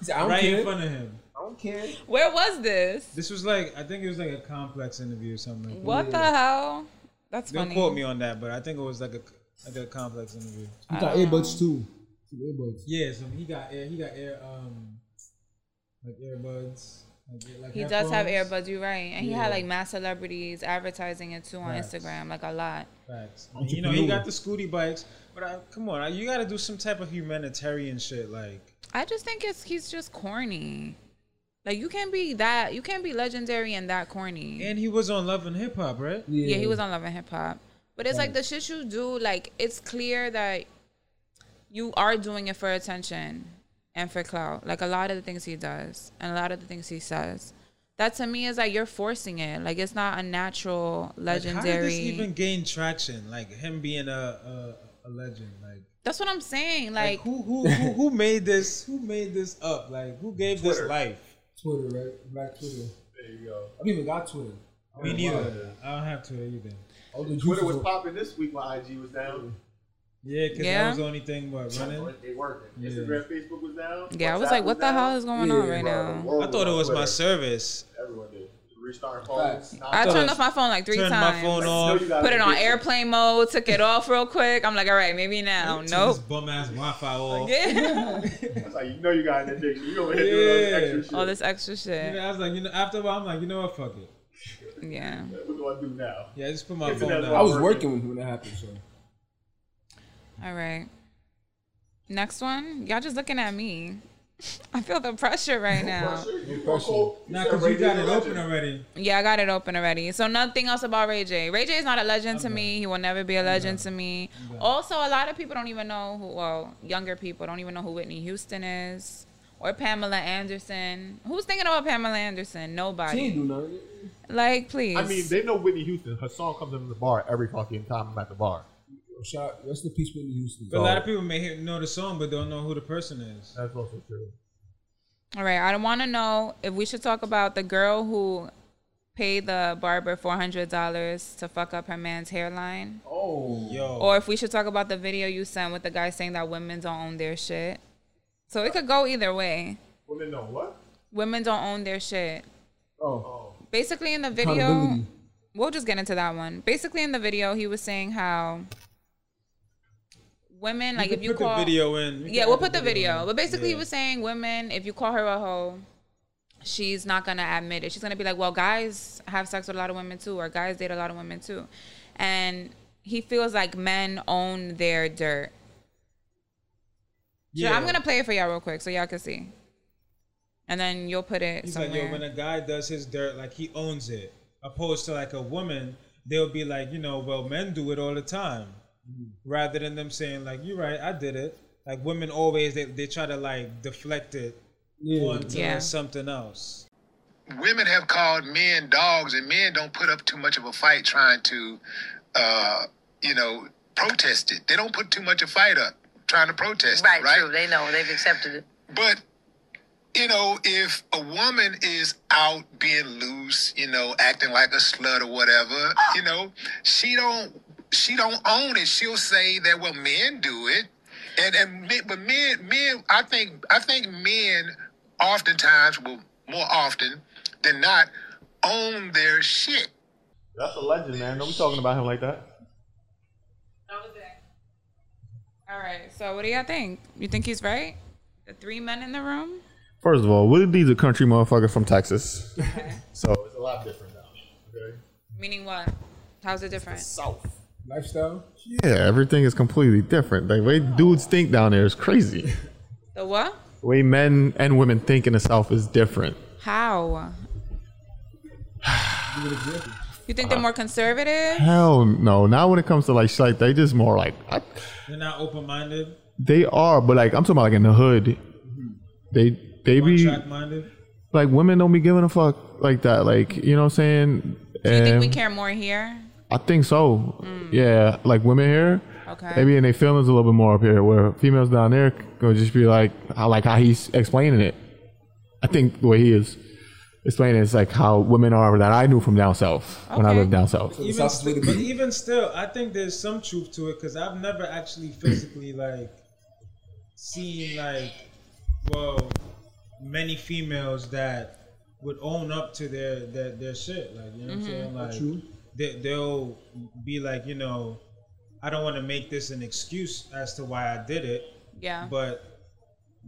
He said, I don't
right
care.
in front of him.
I don't care.
Where was this?
This was like I think it was like a complex interview or something. Like that.
What the hell? That's
Don't
funny.
quote me on that, but I think it was like a like a complex interview.
You got earbuds too. Some earbuds.
Yeah, so he got air. He got air. Um, like earbuds. Like, like
He does have
headphones.
earbuds, you're right. And he
Yeah.
had like mass celebrities advertising it too on
Facts.
Instagram, like a lot.
Facts. And, you know, he
Entrepreneur.
got the Scooty bikes, but I, come on, I- you got to do some type of humanitarian shit. Like,
I just think it's he's just corny. Like you can't be that you can't be legendary and that corny.
and he was on Love and Hip Hop, right?
yeah. he was on Love and Hip Hop. But it's like the shit you do, like it's clear that you are doing it for attention and for clout. Like a lot of the things he does and a lot of the things he says. That to me is like you're forcing it. Like it's not a natural
Like, how did
legendary.
this even gain traction? Like him being a a, a legend. Like,
That's what I'm saying.
like,
Like,
who, who who who made this? Who made this up? Like, who gave this life?
Twitter, right? Black Twitter.
There you go.
I don't even got Twitter. I
Me
don't know why.
neither. I don't have to either.
All the
Twitter
juices
was
were-
popping this week while IG was down.
Yeah, because that
Yeah.
was the only thing what running.
They working.
Yeah.
Instagram, Facebook was down.
yeah, I was
WhatsApp
like, what the
down.
hell is going on
Yeah,
right
Bro, the
now?
world
Oh,
I thought it was
on
my
Twitter.
service.
Everyone did. Restart
Facts.
phones.
I
thought
turned
I
off my phone like three
Turned my
times.
phone off.
Put it on airplane mode, took it off real quick. I'm like, all right, maybe now.
Turn
Nope.
This bum ass Wi Fi off.
Yeah.
It's like you know you got an addiction. You over here doing all
Yeah.
this extra shit.
All this extra
You know,
shit.
I was like, you know, after a while, I'm like, you know what, fuck it.
Yeah.
What do I do now?
Yeah, just put my
It's
phone
another
down.
I was working when that happened, so.
All right. Next one. Y'all just looking at me. I feel the pressure right now.
Pressure? You
pressure.
cold?
Nah,
said
because
Ray
you got
J
it
legend.
open already.
Yeah, I got it open already. So nothing else about Ray J. Ray J is not a legend to me. He will never be a legend to me. Also, a lot of people don't even know who. Well, younger people don't even know who Whitney Houston is or Pamela Anderson. Who's thinking about Pamela Anderson?
She
Nobody.
ain't do nothing.
Like, please.
I mean, they know Whitney Houston. Her song comes in the bar every fucking time I'm at the bar.
Shout, rest in peace, Whitney Houston.
But a lot of people may hear, know the song but don't know who the person is.
Uh,
That's also true.
All right, I want to know if we should talk about the girl who paid the barber four hundred dollars to fuck up her man's hairline,
Oh.
Yo,
or if we should talk about the video you sent with the guy saying that women don't own their shit. So it could go either way.
Women know what?
Women don't own their shit.
Oh.
Basically, in the video,
Accountability.
we'll just get into that one. Basically, in the video, he was saying how women, like,
can
if you
put
call
the video in. can
yeah,
add
we'll put the video.
in.
But basically,
Yeah.
he was saying women, if you call her a hoe, she's not gonna admit it. She's gonna be like, well, guys have sex with a lot of women too, or guys date a lot of women too, and he feels like men own their dirt. So
Yeah.
I'm gonna play it for y'all real quick so y'all can see, and then you'll put it
He's
somewhere.
like, yo, when a guy does his dirt, like he owns it, opposed to like a woman, they'll be like, you know, well, men do it all the time, rather than them saying like, you're right, I did it. Like women always, they, they try to like deflect it onto
Yeah.
something else.
women have called men dogs, and men don't put up too much of a fight trying to, uh, you know, protest it. They don't put too much of fight up trying to protest
Right,
it, right?
true. They know. They've accepted it.
But you know, if a woman is out being loose, you know, acting like a slut or whatever, you know, she don't she don't own it. She'll say that well, men do it, and and men, but men men I think I think men oftentimes will more often than not own their shit.
That's a legend, man. Don't be talking about him like that.
All right. So what do y'all think? You think he's right? The three men in the room.
First of all, Willie D's a country motherfucker from Texas. so it's a lot different now.
Meaning what? How's it different?
Lifestyle.
Yeah, everything is completely different. The way dudes think down there is crazy.
The what?
The way men and women think in the South is different.
How? You think they're more conservative?
Hell no. Not when it comes to like shit like they just more like I-
They're not open minded,
they are, but like I'm talking about like in the hood. They they
one
be
track minded.
like women don't be giving a fuck like that. Like you know what I'm saying?
Do you think we Mm.
And
care more here?
I think so. Yeah, like women here.
Okay.
They be in their feelings a little bit more up here, where females down there gonna just be like, I like how he's explaining it. I think the way he is explaining it's like how women are that I knew from down south when I
Okay.
lived down south.
Even
South is
st-
way to
but
be.
even still, I think there's some truth to it because I've never actually physically like seen like well many females that would own up to their their, their shit. Like you know
Mm-hmm.
what I'm saying? Like they, they'll be like, you know, I don't want to make this an excuse as to why I did it,
Yeah.
but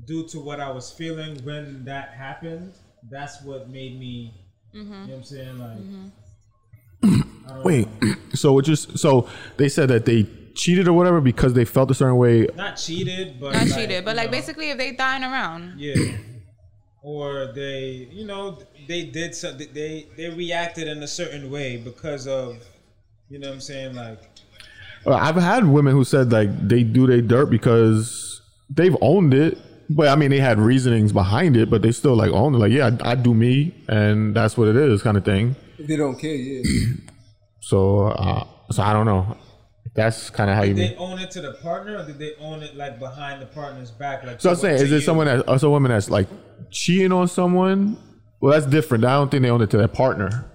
due to what I was feeling when that happened, that's what made me.
Mm-hmm.
You know what I'm saying? Like.
Wait, so what? Just so they said that they cheated or whatever because they felt a certain way.
not cheated, but
Not
like,
cheated, but
you
like
know,
basically, if they dying around,
yeah. Or they, you know, they did something. They they reacted in a certain way because of, you know, what I'm saying like
Uh, I've had women who said like they do their dirt because they've owned it, but I mean they had reasonings behind it, but they still like owned it. Like yeah, I, I do me, and that's what it is, kind of thing.
If they don't care, yeah.
So, uh, so I don't know. That's kind of how you
did
mean.
they own it to the partner, or did they own it like behind the partner's back? Like
So I'm
to-
saying,
to
is it
you?
someone that, or some woman that's like cheating on someone? Well, that's different. I don't think they own it to their partner.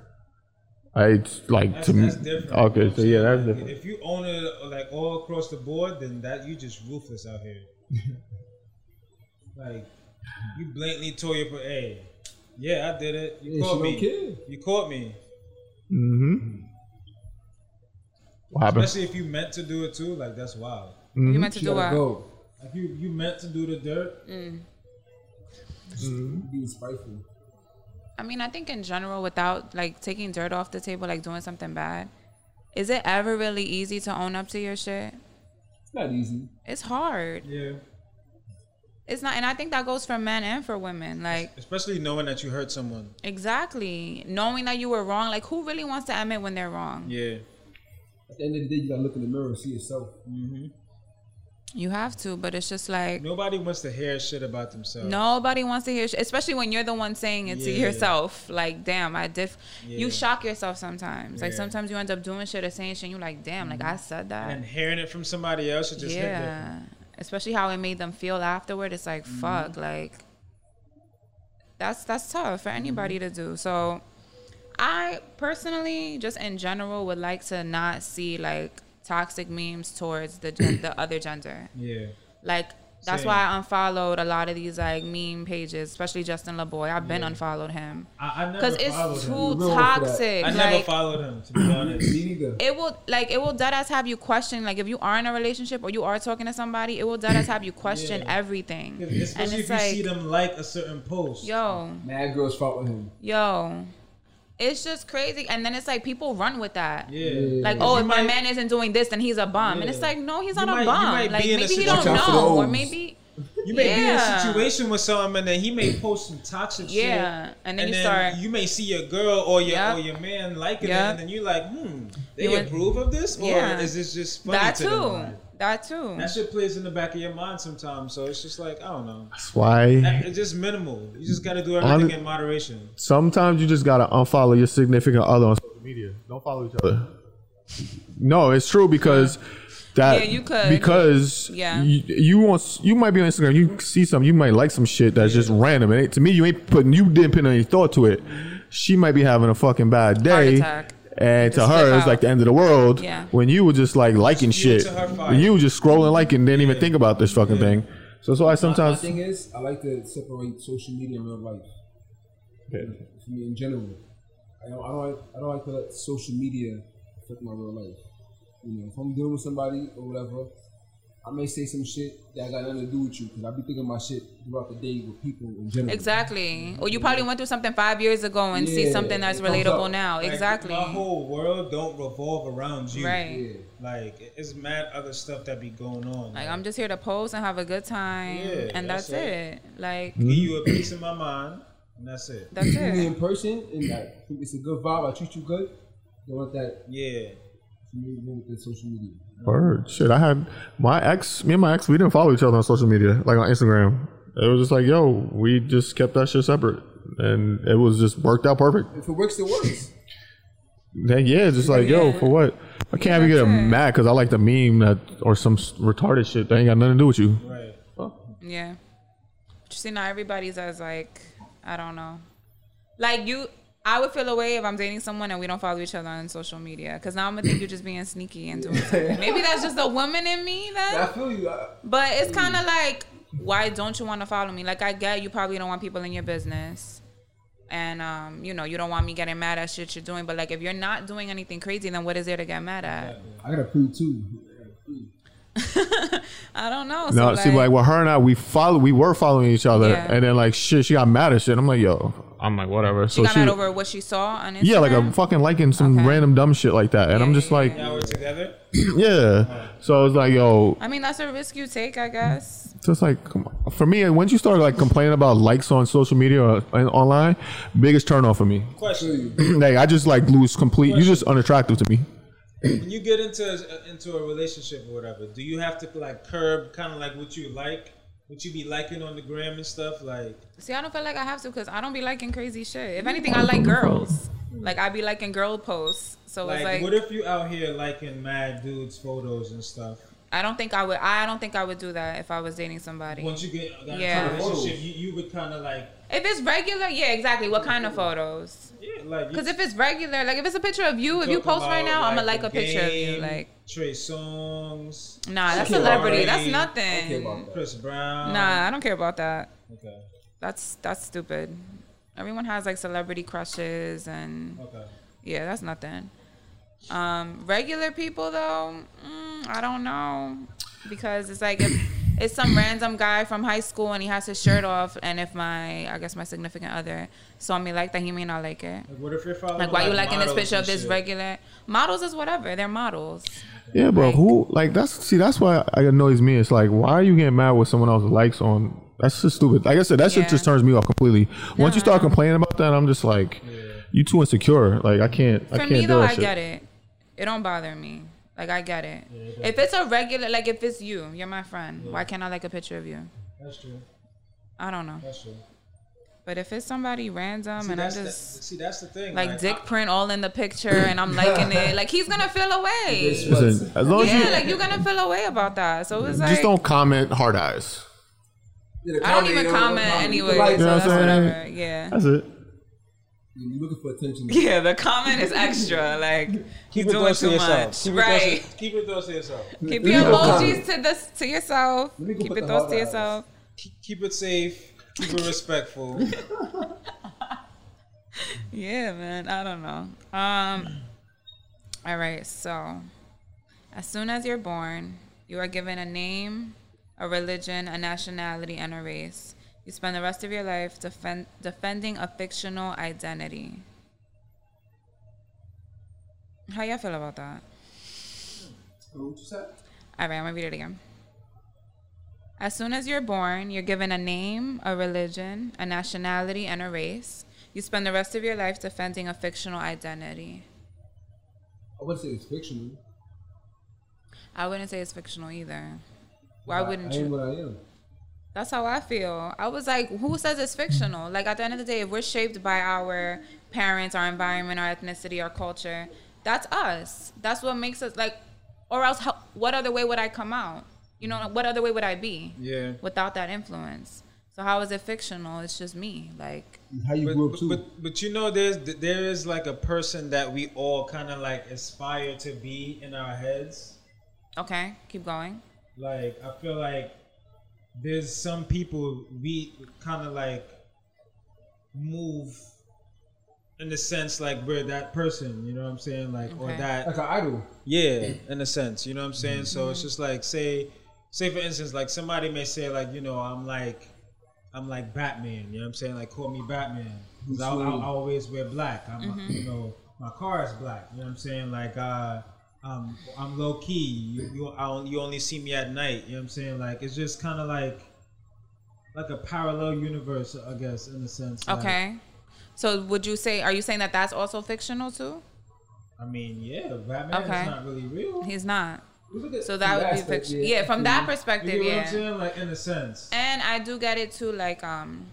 I it's like
That's,
to me.
that's different.
Okay, so yeah, that's different.
If you own it like all across the board, then that you just ruthless out here. like you blatantly tore your hey, yeah, I did it. You
Yeah, she
caught
don't
me.
care.
You caught me.
Mm-hmm. What happened?
Especially if you meant to do it too, like that's wild.
you meant to
She
do
gotta
what?
go.
Like you, you meant to do the dirt.
Being Mm-hmm. spiteful.
I mean, I think in general, without like taking dirt off the table, like doing something bad, is it ever really easy to own up to your shit?
It's not easy.
It's hard.
Yeah.
It's not, and I think that goes for men and for women. Like
Especially knowing that you hurt someone.
exactly knowing that you were wrong. Like who really wants to admit when they're wrong?
Yeah.
At the end of the day, you gotta look in the mirror and see yourself.
You have to, but it's just like
Mm-hmm. Nobody wants to hear shit about themselves.
Nobody wants to hear, sh- especially when you're the one saying it to
Yeah.
yourself. Like, damn, I diff. You
Yeah.
shock yourself sometimes. Like
Yeah. Mm-hmm.
sometimes you end up doing shit or saying shit. And you're like, damn, like I said that.
And hearing it from somebody else, it just hit different. Mm-hmm.
yeah. Especially how it made them feel afterward. It's like fuck. Like that's that's tough
Mm-hmm.
for anybody to do. So I personally, just in general, would like to not see like toxic memes towards the gen- the other gender.
Yeah.
Like that's
Same.
why I unfollowed a lot of these like meme pages, especially Justin LeBoy. I've been unfollowed him
I, I never
because
followed
it's
him.
too
You're wrong for that.
toxic.
I
Like
never followed him, to be honest.
Me neither.
it will like it will dead ass have you question like if you are in a relationship or you are talking to somebody, it will dead ass have you question
Yeah.
everything. And
Especially if
it's
you see
like,
them like a certain post.
yo,
Mad girls fought with him.
yo, it's just crazy. And then it's like people run with that.
Yeah.
Like,
Because
oh,
you
if my
might-
man isn't doing this, then he's a bum. And
Yeah.
it's like, no, he's
You
not
might-
a
you might
bum. Like
be in a
maybe he
situation-
don't
Watch out for
know, or
those.
maybe
You may
Yeah.
be in a situation with someone and then he may post some toxic shit.
Yeah, and then you start-
You may see your girl or your
Yep.
or your man liking
Yep.
it, and then you're like, hmm, they
You went-
approve of this, or
Yeah.
is this just funny
that
to them?
too.
Like,
That too.
That shit plays in the back of your mind sometimes, so it's just like I don't know.
That's why
It's just minimal. You just got to do everything
Hon-
in moderation.
sometimes you just gotta unfollow your significant other on social media. Don't follow each other. No, it's true because That
Yeah, you could.
because
Yeah.
you, you want s- you might be on Instagram. You see something, you might like some shit that's just random. And it, to me, you ain't putting you didn't put any thought to it. She might be having a fucking bad day,
attack.
and to
Just
her
flip
it's
out.
like the end of the world.
Yeah.
When you were just like liking
You were
shit,
to her fire.
you were just scrolling, liking, didn't even think about this fucking thing. So that's why
The
sometimes
thing is, I like to separate social media and real life. For me, in general, I don't, I don't, like, I don't like to let social media affect my real life. You know, if I'm dealing with somebody or whatever, I may say some shit that got nothing to do with you because I be thinking my shit throughout the day with people in general.
Exactly. Or you probably went through something five years ago and see
Yeah,
something that's
it comes
relatable
up.
now.
Like,
exactly.
My whole world don't revolve around you.
Right.
Yeah.
Like it- it's mad other stuff that be going on.
Like I'm just here to post and have a good time,
Yeah,
and
that's
that's, it. Like
give you a piece of my mind, and that's it.
that's
Me in
it.
person, and like, if it's a good vibe. I treat you good. Don't let that
Yeah.
for me go with the social media.
Word. Shit, I had my ex, me and my ex, we didn't follow each other on social media, like on Instagram. It was just like, yo, we just kept that shit separate. And it was just worked out perfect.
If it works, it works.
Then, yeah, it's just like, yo, for what? I can't even get
that's it.
mad because I like the meme that or some s- retarded shit that ain't got nothing to do with you.
Right.
Yeah. But you see, now everybody's as like, I don't know. Like you, I would feel away if I'm dating someone and we don't follow each other on social media, because now I'm gonna think you're just being sneaky and doing something. Maybe that's just a woman in me then.
I feel you. I,
But it's kind of like, why don't you want to follow me? Like, I get you probably don't want people in your business. And, um, you know, you don't want me getting mad at shit you're doing. But, like, if you're not doing anything crazy, then what is there to get mad at?
I gotta prove too.
I don't know.
No,
so,
see, like with her and I, we follow, we were following each other,
Yeah.
and then like shit, she got mad at shit. I'm like, yo, I'm like, whatever.
she
So
got
she,
mad over what she saw on Instagram.
yeah, like I'm fucking liking some
Okay.
random dumb shit like that, and I'm just
yeah,
like,
Now we're together.
yeah. So I was like, yo,
I mean, that's a risk you take, I guess.
So it's like, come on. for me, once you start like complaining about likes on social media or and online, biggest turn off for me.
Question:
like I just like lose complete. You're just unattractive to me.
When you get into a, into a relationship or whatever, do you have to like curb kind of like what you like, what you be liking on the gram and stuff? Like,
See, I don't feel like I have to because I don't be liking crazy shit. If anything, I like girls. Like, I be liking girl posts. So
like,
it's like.
what if you out here liking mad dudes' photos and stuff?
I don't think I would. I don't think I would do that if I was dating somebody.
Once you get that
Yeah.
kind of relationship, you, you would kind of like,
If it's regular, yeah, exactly. What kind of photos?
yeah, like
Because if it's regular, like if it's a picture of you, if you
talking
post right
about,
now, I'm gonna
like,
like
the
a picture of you.
game,
Like,
Trey Songs,
nah, that's
Shakira
celebrity. That's
already.
nothing.
Chris Brown.
Nah, I don't care about that.
Okay.
That's that's stupid. Everyone has like celebrity crushes, and
Okay.
yeah, that's nothing. Um, regular people though, mm, I don't know because it's like if it's some random guy from high school and he has his shirt off, and if my I guess my significant other saw me like that, he may not like it.
Like, what if you're following?
Like, why you liking this
models
picture of
and
this
shit?
regular models? Is whatever they're models.
Yeah, but who like that's see that's why it annoys me. It's like why are you getting mad with someone else's likes on? That's just stupid. Like I said, that shit
Yeah.
just turns me off completely. Once you start complaining about that, I'm just like, you too insecure. Like I can't, I
For
can't
me
deal
though,
with
I
shit.
get it. It don't bother me. Like I get it. if it's a regular, like if it's you, you're my friend. Why can't I like a picture of you?
That's true.
I don't know.
That's true.
But if it's somebody random
See,
and I
that's
just
the, see, that's the thing.
like dick
I-
print all in the picture and I'm liking it, like he's gonna feel away.
Listen, as long as
Yeah,
you
like you're gonna feel away about that. So it's like
just don't comment hard eyes.
I don't even comment anyway.
Like,
so
Yeah,
that's
I'm saying-
whatever. Yeah.
That's it.
you're looking for attention.
Yeah, the comment is extra. Like
Keep
you're
it
doing
those to
too
yourself.
much,
Keep It
right?
those, keep it those to yourself.
Keep
Let
your
me go comment.
emojis to this to yourself.
Let me go
Keep
put
it
the
those
hard
to
eyes.
yourself.
Keep it safe. Keep it respectful.
Yeah, man. I don't know. Um. All right. So, as soon as you're born, you are given a name, a religion, a nationality, and a race. You spend the rest of your life defend, defending a fictional identity. How y'all feel about that?
What you said?
All right, I'm gonna read it again. As soon as you're born, you're given a name, a religion, a nationality, and a race. You spend the rest of your life defending a fictional identity.
I wouldn't say it's fictional.
I wouldn't say it's fictional either. Why
I-
wouldn't
I am
you?
what I am.
That's how I feel. I was like, who says it's fictional? Like, at the end of the day, if we're shaped by our parents, our environment, our ethnicity, our culture, that's us. That's what makes us like. or else how, what other way would I come out? You know, what other way would I be
Yeah.
without that influence? So how is it fictional? It's just me. Like
How you
But,
grew up
but,
too.
but but you know there's there is like a person that we all kind of like aspire to be in our heads.
okay, keep going.
Like I feel like there's some people we kind of like move in the sense like we're that person. You know what I'm saying? Like or
Okay.
that
like an idol.
Yeah, in a sense, you know what I'm saying. So it's just like say, say for instance, like somebody may say like, you know, I'm like, I'm like Batman. You know what I'm saying? Like call me Batman because I, I
Absolutely.
always wear black. I'm,
Mm-hmm.
you know, my car is black. You know what I'm saying? Like, uh, I'm I'm low key. You you, I, don't- you only see me at night. You know what I'm saying? Like it's just kind of like, like a parallel universe, I guess, in a sense. like,
Okay. So would you say? Are you saying that that's also fictional too?
I mean, yeah, Batman
Okay.
is not really real.
He's not.
Look at-
So that would be
aspect,
fiction. Yeah, from that
You
perspective,
get what I'm
yeah.
saying? Like in a sense.
And I do get it too. Like um,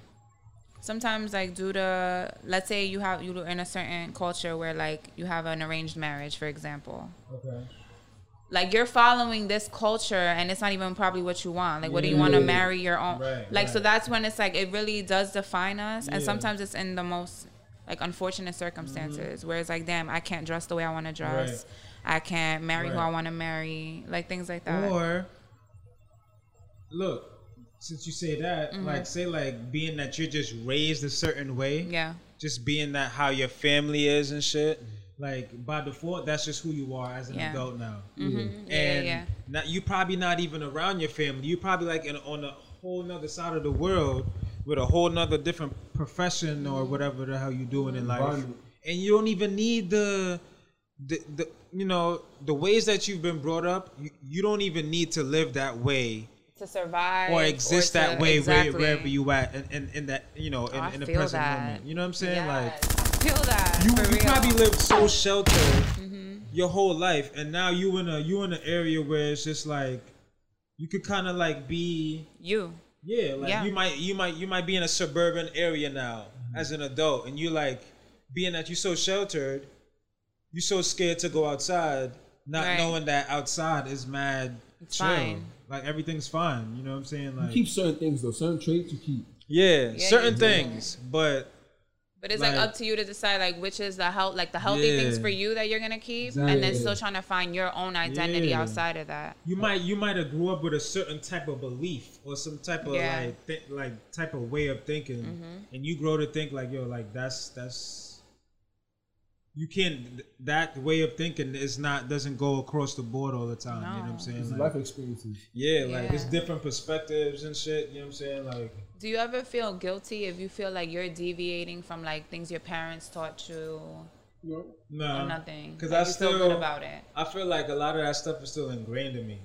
sometimes like due to let's say you have you're in a certain culture where like you have an arranged marriage, for example.
Okay.
like you're following this culture and it's not even probably what you want like what do you want to
Yeah.
marry your own
Right,
like so
right.
that's when it's like it really does define us and
Yeah.
sometimes it's in the most like unfortunate circumstances where it's like damn i can't dress the way i want to dress i can't marry who
Mm-hmm. Right.
i want to marry like things like that
Or look, since you say that, like say like being that you're just raised a certain way,
yeah
just being that how your family is and shit. Like by default, that's just who you are as an
Yeah.
adult now.
Mhm. Yeah, yeah,
And
yeah.
Not, you probably not even around your family. You probably like in, on a whole nother side of the world with a whole nother different profession or whatever the hell you doing in life.
Environment.
And you don't even need the the, the you know the ways that you've been brought up. You, you don't even need to live that way
to survive
or exist
to-
that way
exactly. Oh,
where, wherever you at in, in, in that you know in,
I
in the
feel
present
that.
moment. You know what I'm saying? Like
Yes. I feel that
you,
for real.
you
Oh. Mm-hmm.
probably lived so sheltered your whole life and now you in a you in an area where it's just like you could kind of like be
you
yeah like
Yeah. Mm-hmm.
you might you might you might be in a suburban area now as an adult and you like being that you're so sheltered you're so scared to go outside not
Right.
knowing that outside is mad
It's
chill.
fine.
like everything's fine you know what i'm saying
You
like
keep certain things though, certain traits you keep.
yeah,
Yeah,
certain
you do.
things but
But it's like,
Like-
up to you to decide like which is the health like the healthy
Yeah.
things for you that you're gonna keep and then
Exactly.
still trying to find your own identity
Yeah.
outside of that.
You might you might have grew up with a certain type of belief or some type of
Yeah. Mm-hmm.
like th- like type of way of thinking, and you grow to think like yo like that's that's you can't th- that way of thinking is not doesn't go across the board all the time. You know what I'm
No.
saying?
It's
Like,
life experiences.
yeah, like it's
Yeah.
different perspectives and shit. You know what I'm saying? Like
Do you ever feel guilty if you feel like you're deviating from like things your parents taught you
You know,
no
or nothing?
because
Like,
Um, I
you
still
feel good about it.
I feel like a lot of that stuff is still ingrained in me.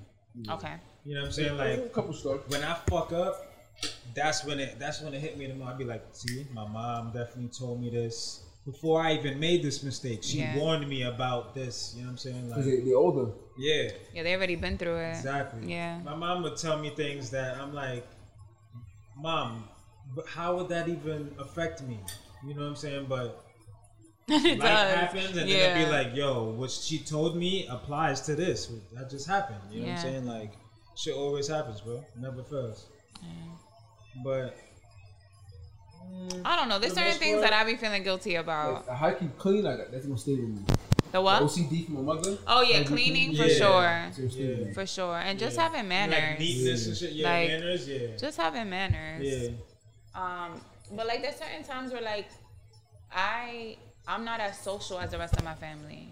Okay.
You know what I'm saying?
there's
Like
a couple stuff.
when I fuck up, that's when it that's when it hit me in the mouth. I'd be like, see, my mom definitely told me this before I even made this mistake. She
Yeah.
warned me about this. You know what I'm saying?
'Cause
Like,
they, they're older.
yeah,
Yeah, they already been through it.
exactly.
Yeah.
My mom would tell me things that I'm like, mom, but how would that even affect me? You know what I'm saying? But
it
life
does.
happens, and then it'll be like, yo, what she told me applies to this. That just happened. You know
Yeah.
what I'm saying? Like, shit always happens, bro. Never fails. But
I don't know. There's
For the
certain
most
things
part-
that I be feeling guilty about.
Like, how I keep clean like that, that's gonna stay with me.
The what?
OCD from my mother.
Oh yeah,
Like, you
cleaning
clean-
for
Yeah.
sure,
It's gonna stay with
Yeah.
me.
for sure, and just
Yeah.
having manners.
Like neatness and shit. Yeah,
Like-
manners. Yeah.
just having manners.
Yeah.
Um, but like there's certain times where like I I'm not as social as the rest of my family.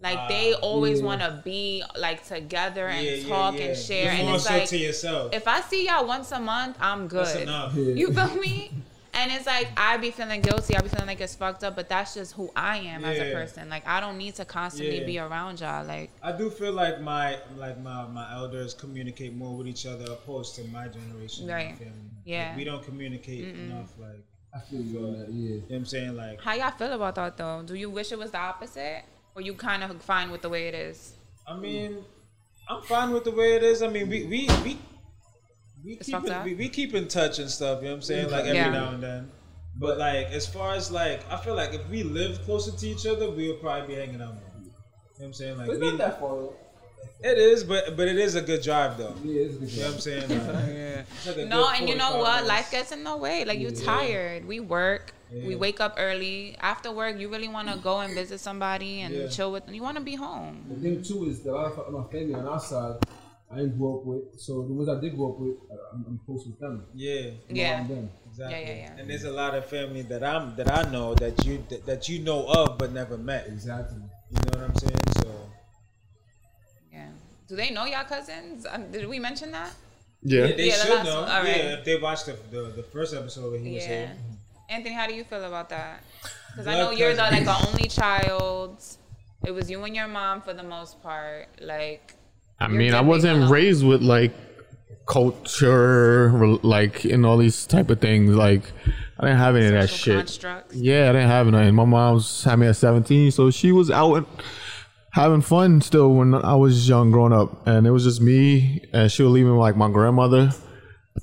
Like they always
yeah.
want to be like together and
Ah, yeah,
talk
yeah,
and
yeah.
share,
You're
and
more
it's
so
like
to yourself.
if I see y'all once a month, I'm
That's
good.
enough.
Yeah.
You feel me? And it's like I be feeling guilty. I be feeling like it's fucked up, but that's just who I am as a
Yeah.
person. Like I don't need to constantly
Yeah.
be around y'all. Like
I do feel like my like my, my elders communicate more with each other opposed to my generation. Right.
Right.
family. Like,
Yeah.
we don't communicate enough. Like you
I feel you on that. Yeah.
know what I'm saying like
how y'all feel about that though? Do you wish it was the opposite, or you kind of fine with the way it is?
I mean, I'm fine with the way it is. I mean, we we we we
It's
keep
fucked
in,
up.
we, we keep in touch and stuff. You know what I'm saying? Like every
Yeah.
now and then. But like, as far as like, I feel like if we lived closer to each other, we would probably be hanging out more. You know what I'm saying? Like,
But it's
we,
not that far. though.
It is, but but it is a good drive though. You
Yeah, it's a good
know what
job.
I'm saying? Like,
Yeah.
it's like a
No,
good
and you know
45
what?
hours.
Life gets in the way. Like you tired. We work. We wake up early. After work, you really want to go and visit somebody and
Yeah.
chill with. You want to be home.
The thing too is that a lot of my family on our side, I didn't grow up with. So the ones I did grow up with, I- I'm, I'm close with them.
Yeah,
I'm
Yeah.
around them.
exactly.
Yeah, yeah, yeah.
And there's a lot of family that I'm that I know that you that, that you know of but never met. You
Exactly.
know what I'm saying? So
Yeah. Do they know y'all cousins? Um, did we mention that?
Yeah.
they
Yeah, the
should
last
know.
one. All
Yeah,
right.
if they watched the, the the first episode where he was
Yeah.
here.
Anthony, how do you feel about that? Because I
Blood
know you're the, like
cousins.
the only child. It was you and your mom for the most part. Like,
I
You're
mean, I
dipping
wasn't
out.
raised with like culture, rel- like and all these type of things. Like, I didn't have any of that
social
shit.
constructs.
Yeah, I didn't have nothing. My mom's had me at 17, so she was out and having fun still when I was young growing up. And it was just me, and she would leave me with, like my grandmother.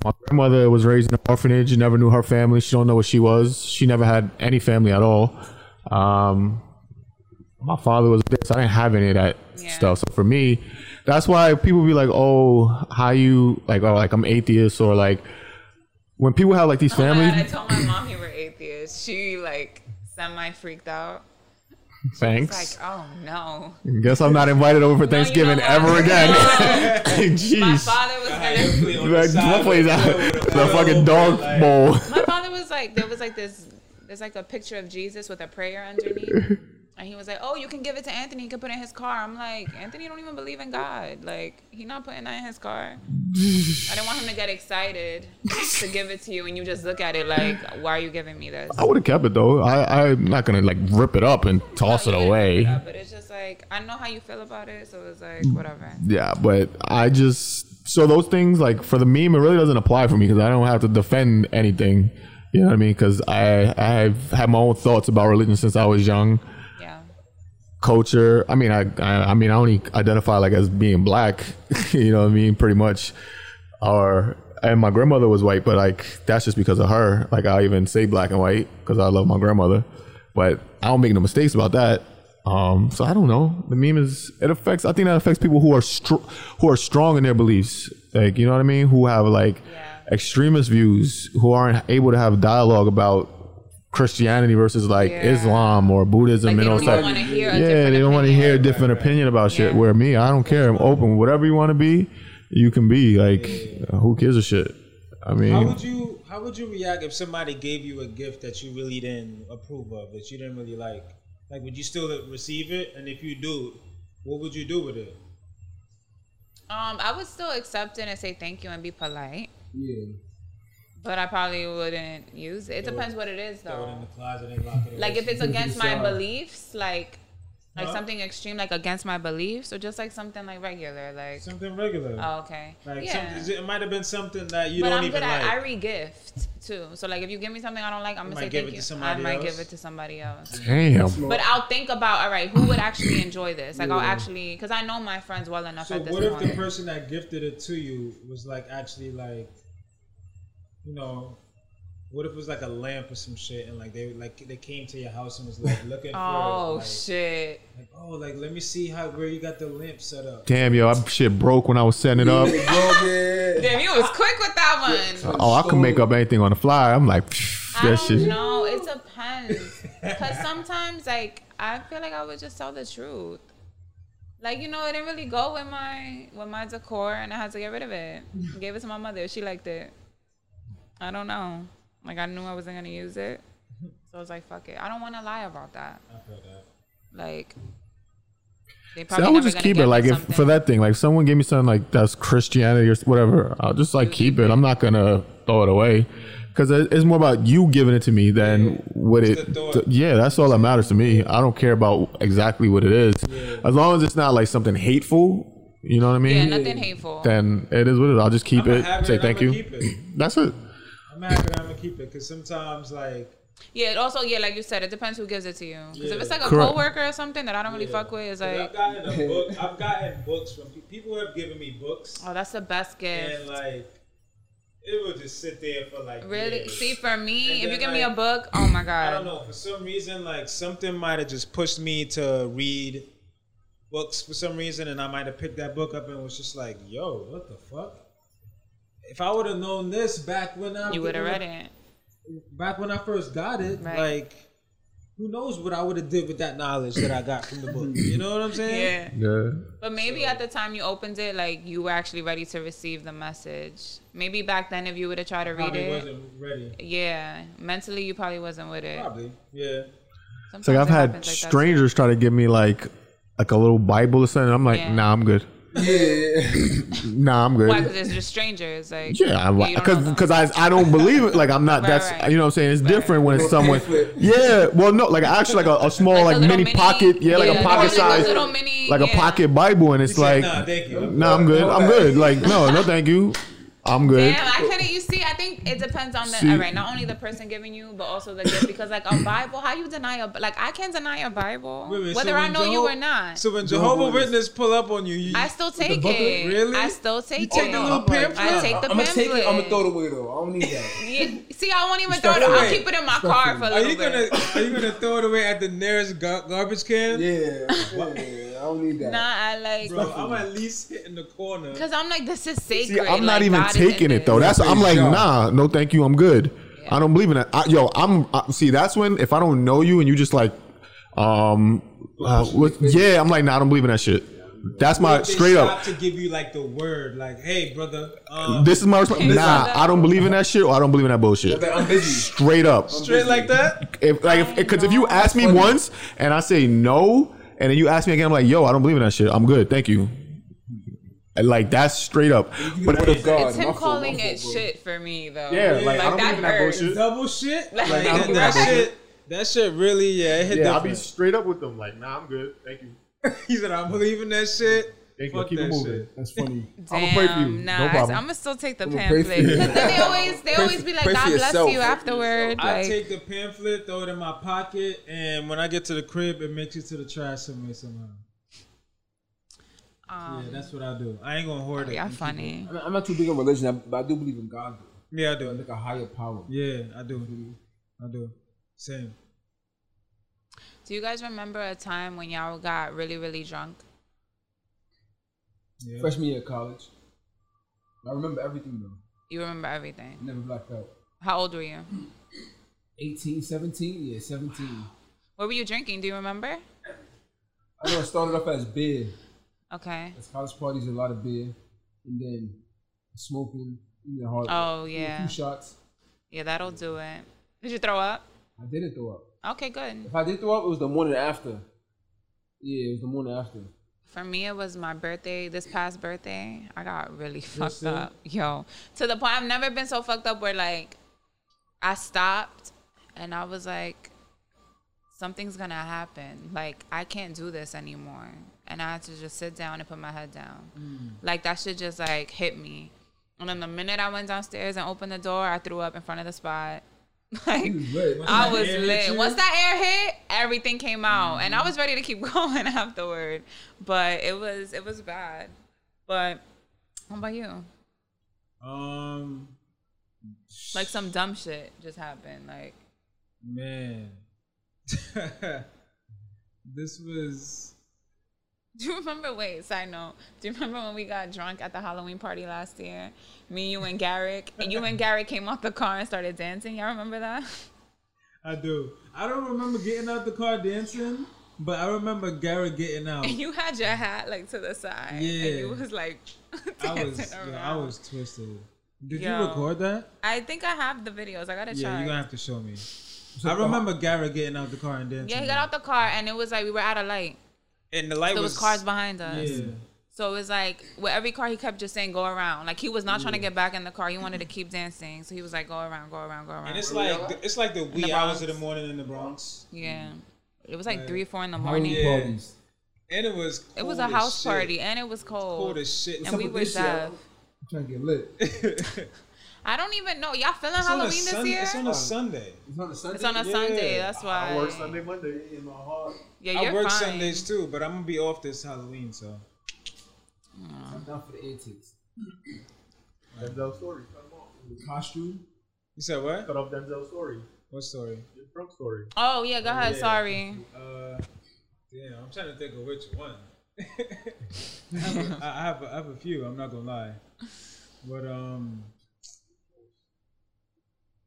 My grandmother was raised in an orphanage. Never knew her family. She don't know what she was. She never had any family at all. Um, my father was this. I didn't have any of that
Yeah.
stuff. So for me, that's why people be like, "Oh, how you like? Oh, like I'm atheist or like." When people have like these
Oh my
family
God, I told my mom you were atheist. She like semi freaked out. Like,
thanks,
oh no.
guess I'm not invited over for
know
Thanksgiving
what?
ever again.
My
Jeez,
father was gonna
Play on the
like
side
what plays
with
out
with a
the
little
fucking dog
bit, like,
bowl?
my father was like there was like this there's like a picture of Jesus with a prayer underneath. And he was like, Oh, you can give it to Anthony, he can put it in his car. I'm like, Anthony don't even believe in God. Like, he not putting that in his car. I didn't want him to get excited to give it to you and you just look at it like, Why are you giving me this?
I would have kept it though. I I'm not gonna like rip it up and toss it
You didn't bring
away.
it up, But it's just like I know how you feel about it, so it's like whatever.
Yeah, but I just so those things like for the meme, it really doesn't apply for me because I don't have to defend anything. You know what I mean? Because I I have had my own thoughts about religion since I was young.
Yeah.
Culture. I mean, I I, I mean, I only identify like as being black. you know what I mean? Pretty much. Or and my grandmother was white, but like that's just because of her. Like I even say black and white because I love my grandmother, but I don't make no mistakes about that. Um, so I don't know. The meme is it affects. I think that affects people who are str- who are strong in their beliefs. Like you know what I mean? Who have like
Yeah.
extremist views. Who aren't able to have dialogue about Christianity versus like
Yeah.
Islam or Buddhism
Like, they
and all
don't
that.
wanna hear a
yeah,
different
they don't want to
opinion.
hear a different opinion about shit.
Yeah.
Where me, I don't care. I'm open. Whatever you want to be, you can be. Like who gives a shit? I
How
mean,
would you how would you react if somebody gave you a gift that you really didn't approve of, that you didn't really like? Like would you still receive it? And if you do, what would you do with it?
Um, I would still accept it and say thank you and be polite.
Yeah.
But I probably wouldn't use it. It depends what it is
Throw it in
though.
the closet and lock it away.
Like if it's against my beliefs, like like
Huh?
something extreme, like against my beliefs, or just like something like regular, like
something regular.
oh, okay,
like
yeah.
some, it might have been something that you
but
don't
I'm
even
good at
like.
I re-gift too. So like if you give me something I don't like, I'm
You
gonna
might
say
give
thank
it
you.
to
I
somebody
might
else.
give it to somebody else.
damn.
But I'll think about all right, who would actually enjoy this? Like I'll actually because I know my friends well enough
so
at this
what if
point.
the person that gifted it to you was like actually like, you know, what if it was like a lamp or some shit and like they like they came to your house and was like looking
oh
for like,
shit!
like oh like let me see how where you got the lamp set up.
Damn, yo, I shit broke when I was setting it up.
Damn, you was quick with that one.
Oh, I can make up anything on the fly. I'm like,
I
that
don't
shit.
know. It depends. Cause sometimes, like, I feel like I would just tell the truth. Like, you know, it didn't really go with my with my decor, and I had to get rid of it. Gave it to my mother. She liked it. I don't know. Like, I knew I wasn't gonna use it, so I was like, "Fuck it." I don't want to lie about that. Like, they
See, I would just keep it. Like if for that thing, like someone gave me something like that's Christianity or s- whatever, I'll just
Mm-hmm.
like keep it. I'm not gonna throw it away because it's more about you giving it to me than what
the
it.
thought.
th- yeah, that's all that matters to me. I don't care about exactly what it is, as long as it's not like something hateful. You know what I
yeah,
mean?
nothing hateful.
Then it is what it is. I'll just keep
I'ma
it.
have it
Say
and
thank
I'ma
you.
keep it.
That's it.
I'm happy that I'm gonna keep it because sometimes like
Yeah, it also, yeah, like you said, it depends who gives it to you. Because if it's like a
Correct.
coworker or something that I don't really fuck with, it's like,
I've gotten a book. I've gotten books from pe- people who have given me books
oh, that's the best gift.
and like it would just sit there for like
Really?
years.
See, for
And
me, if
then,
you give me a
like,
book, oh my
I
god,
don't know. For some reason, like something might have just pushed me to read books for some reason, and I might have picked that book up and was just like, "Yo, what the fuck?" If I would have known this back when I
You would have read it.
back when I first got it,
Right.
like who knows what I would have did with that knowledge that I got from the book. You know what I'm saying?
Yeah.
Yeah.
But maybe at the time you opened it, like you were actually ready to receive the message. Maybe back then, if you would have tried to read
Probably
it,
wasn't ready.
yeah, mentally you probably wasn't with it.
Probably, yeah.
It's like I've
Sometimes it
had
happens like that, too.
strangers try to give me like like a little Bible or something. I'm like,
Yeah.
nah, I'm good.
Yeah.
Nah, I'm good.
Why? Because it's just strangers. Like
Yeah,
you don't know
because
them.
because I I don't believe it. Like I'm not.
Right,
that's
right.
you know what I'm saying. It's different when it's someone.
pamphlet.
Yeah. Well, no. Like actually, like a, a small
Like a
like,
little
mini,
mini-
pocket. Yeah, like
yeah,
a
like
pocket
a little-
size.
little mini,
like
yeah.
a pocket Bible, and it's like,
nah, thank you.
nah, I'm good. I'm good. Like no, no, thank you. I'm good.
Damn, I couldn't. You see, I think it depends on the
See-
all right, not only the person giving you, but also the gift. Because like a Bible, how you deny a like I can't deny a Bible,
Wait a minute,
whether
so
I
when
know you
Jeho-
or not.
So when Jehovah Witness pull up on you, you
I still
the
take
booklet?
it.
Really?
I still take
take
it.
the little pamphlet?
I take the
I'm gonna take
pamphlet.
it. I'm gonna throw it away though. I don't need that.
Yeah, see, I won't even throw it. I'll
away.
keep it in my car for a
are
little
you gonna
bit.
are you gonna throw it away at the nearest gar- garbage can?
Yeah. yeah. I don't need that.
Nah, I like
Bro, I'm at least hitting the corner.
because I'm like this is sacred.
See, I'm not
like,
even
God is in
taking
this.
it though. That's I'm like, nah, no, thank you. I'm good. I don't believe in that. I, yo, I'm I, see. That's when if I don't know you and you just like, um, uh, what, yeah, I'm like, nah, I don't believe in that shit. That's my
They
straight
stop
up.
to give you like the word, like, "Hey, brother." Um,
This is my response. Nah, I don't believe in that shit, or I don't believe in that bullshit.
Like, I'm busy.
Straight up.
straight like that.
If like if because if you ask me once and I say no, and then you ask me again, I'm like, yo, I don't believe in that shit. I'm good, thank you. And, Like that's straight up. But
Word of God.
It's him
my fault,
calling
my fault,
it
bro.
shit for me though.
yeah, like I don't
that
believe in that
hurts.
bullshit.
Double shit. Like,
Like,
that,
I'm
that
good.
shit. That shit really, yeah, it hit
Yeah, I'll be
different.
straight up with them. Like, nah, I'm good, thank you.
he said, "I'm believing that shit."
Thank you.
Fuck
Keep
that
it moving.
shit.
That's funny.
I'ma pray for you.
Nah,
No problem.
I, am gonna still take the
I'ma pray
pamphlet
for
because
you.
then they always they always be like,
pray for
"God bless
yourself.
you" afterward.
I
Like,
take the pamphlet, throw it in my pocket, and when I get to the crib, it makes it to the trash somewhere somehow.
um,
Yeah, that's what I do. I ain't gonna hoard it.
yeah, funny.
I'm not, I'm not too big on religion, I- but I do believe in God. Though.
Yeah, I do.
Like a higher power.
Yeah, I do. I do. Same.
Do you guys remember a time when y'all got really really drunk?
Yeah.
Freshman year of college. I remember everything though.
You remember everything.
I never blacked out.
How old were you?
18, 17? Yeah, 17.
What were you drinking? Do you remember?
I know it started off as beer.
Okay.
As college parties, a lot of beer. And then smoking, eating hard.
Oh
A few
yeah,
shots.
yeah, that'll do it. Did you throw up?
I didn't throw up.
Okay, good.
If I did throw up, it was the morning after. Yeah, it was the morning after.
For me, it was my birthday. This past birthday, I got really fucked up, yo. To the point, I've never been so fucked up where like I stopped and I was like, something's gonna happen. Like I can't do this anymore, and I had to just sit down and put my head down. Like that shit just like hit me. And then the minute I went downstairs and opened the door, I threw up in front of the spot. Like I was
air hit
lit.
you? Mm-hmm.
Once that air hit, everything came out, and I was ready to keep going afterward. But it was it was bad. But what about you?
Um,
Like some dumb shit just happened. Like
man, this was
do you remember? Wait, side note. Do you remember when we got drunk at the Halloween party last year? Me, you, and Garrick. And you and Garrick came out the car and started dancing. Y'all remember that?
I do. I don't remember getting out the car dancing, but I remember Garrett getting out.
And you had your hat like to the side. And
Yeah.
you was like
I
dancing
was,
around.
yo, I was twisted. Did
Yo.
you record that?
I think I have the videos. I gotta
Yeah,
try.
you're gonna have to show me. I remember Garrett getting out the car and dancing.
Yeah, he got out the car and it was like we were at a light.
and the light
There was cars behind us.
Yeah,
So it was like with every car he kept just saying go around. Like he was not trying to get back in the car. He wanted to keep dancing. So he was like go around, go around, go
and
around.
it's like it's like the wee
the
hours of the
Bronx.
morning in the Bronx,
Yeah. It was like
Right.
three, four in the
Halloween
morning.
Yeah.
parties.
and it was
It was
cold
a
as
house
shit.
party and it was cold.
Cold as shit.
and we
with
were
this shit.
deaf.
I'm trying to get lit. It's
I don't even know. Y'all feeling
It's on a
Halloween this
Sun-
year?
It's on a Sunday.
on a Sunday.
It's on a Sunday. That's
I
why.
work Sunday, Monday in my heart.
Yeah, you're
I work
fine.
Sundays too, but I'm gonna be off this Halloween, so
I'm down for the antics.
Denzel story. Come on.
The costume.
you said what?
Cut off Denzel story.
What story?
Your Trump story.
Oh yeah, go ahead. Sorry.
Uh, damn, I'm trying to think of which one. I I have a, I have a few. I'm not gonna lie, but um,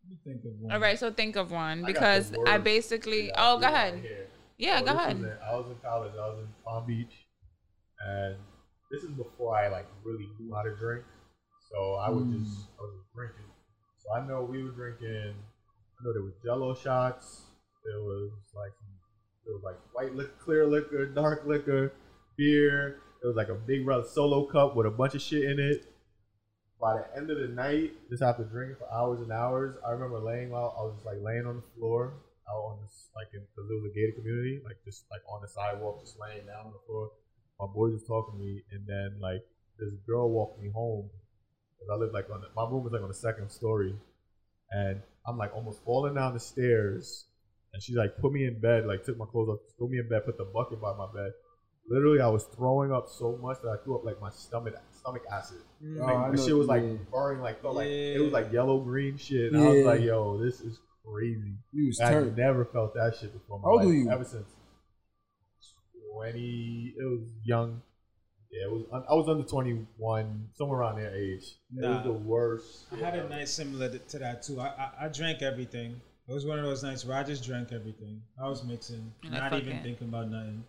let me think of one.
All right, so think of one
I got the
because I,
worst
basically.
thing I
Oh,
feel
go
out
ahead.
here.
Yeah,
So
go
Oh, this
ahead.
was in- I was in college. I was in Palm Beach, and this is before I like really knew how to drink. So I
Hmm.
would just I was just drinking. So I know we were drinking. I know there was Jello shots. There was like some- there was like white liquor, clear liquor, dark liquor, beer. It was like a big brother solo cup with a bunch of shit in it. By the end of the night, just after drinking for hours and hours, I remember laying out. I was just like laying on the floor out on this like in because it was a gated community, like just like on the sidewalk, just laying down on the floor. My boy was talking to me, and then like this girl walked me home. 'Cause I lived like on the, my room was like on the second story, and I'm like almost falling down the stairs. And she like put me in bed, like took my clothes off, put me in bed, put the bucket by my bed. Literally, I was throwing up so much that I threw up like my stomach stomach acid.
Oh,
Like,
I
the
know
shit was
what
like
you mean.
burning, like felt like it
Yeah.
was like yellow green shit. And I was
Yeah.
like, yo, this is crazy.
You was
I
turned.
never felt that shit before. in My
How old
life,
were you?
Ever since twenty, it was young. Yeah, it was. I was under twenty one, somewhere around their age. It was
Nah.
the worst.
I
shit
had a
ever.
night similar to- to that too. I, I I drank everything. It was one of those nights where I just drank everything. I was mixing,
You're like,
not
"Fuck
even
it."
thinking about nothing.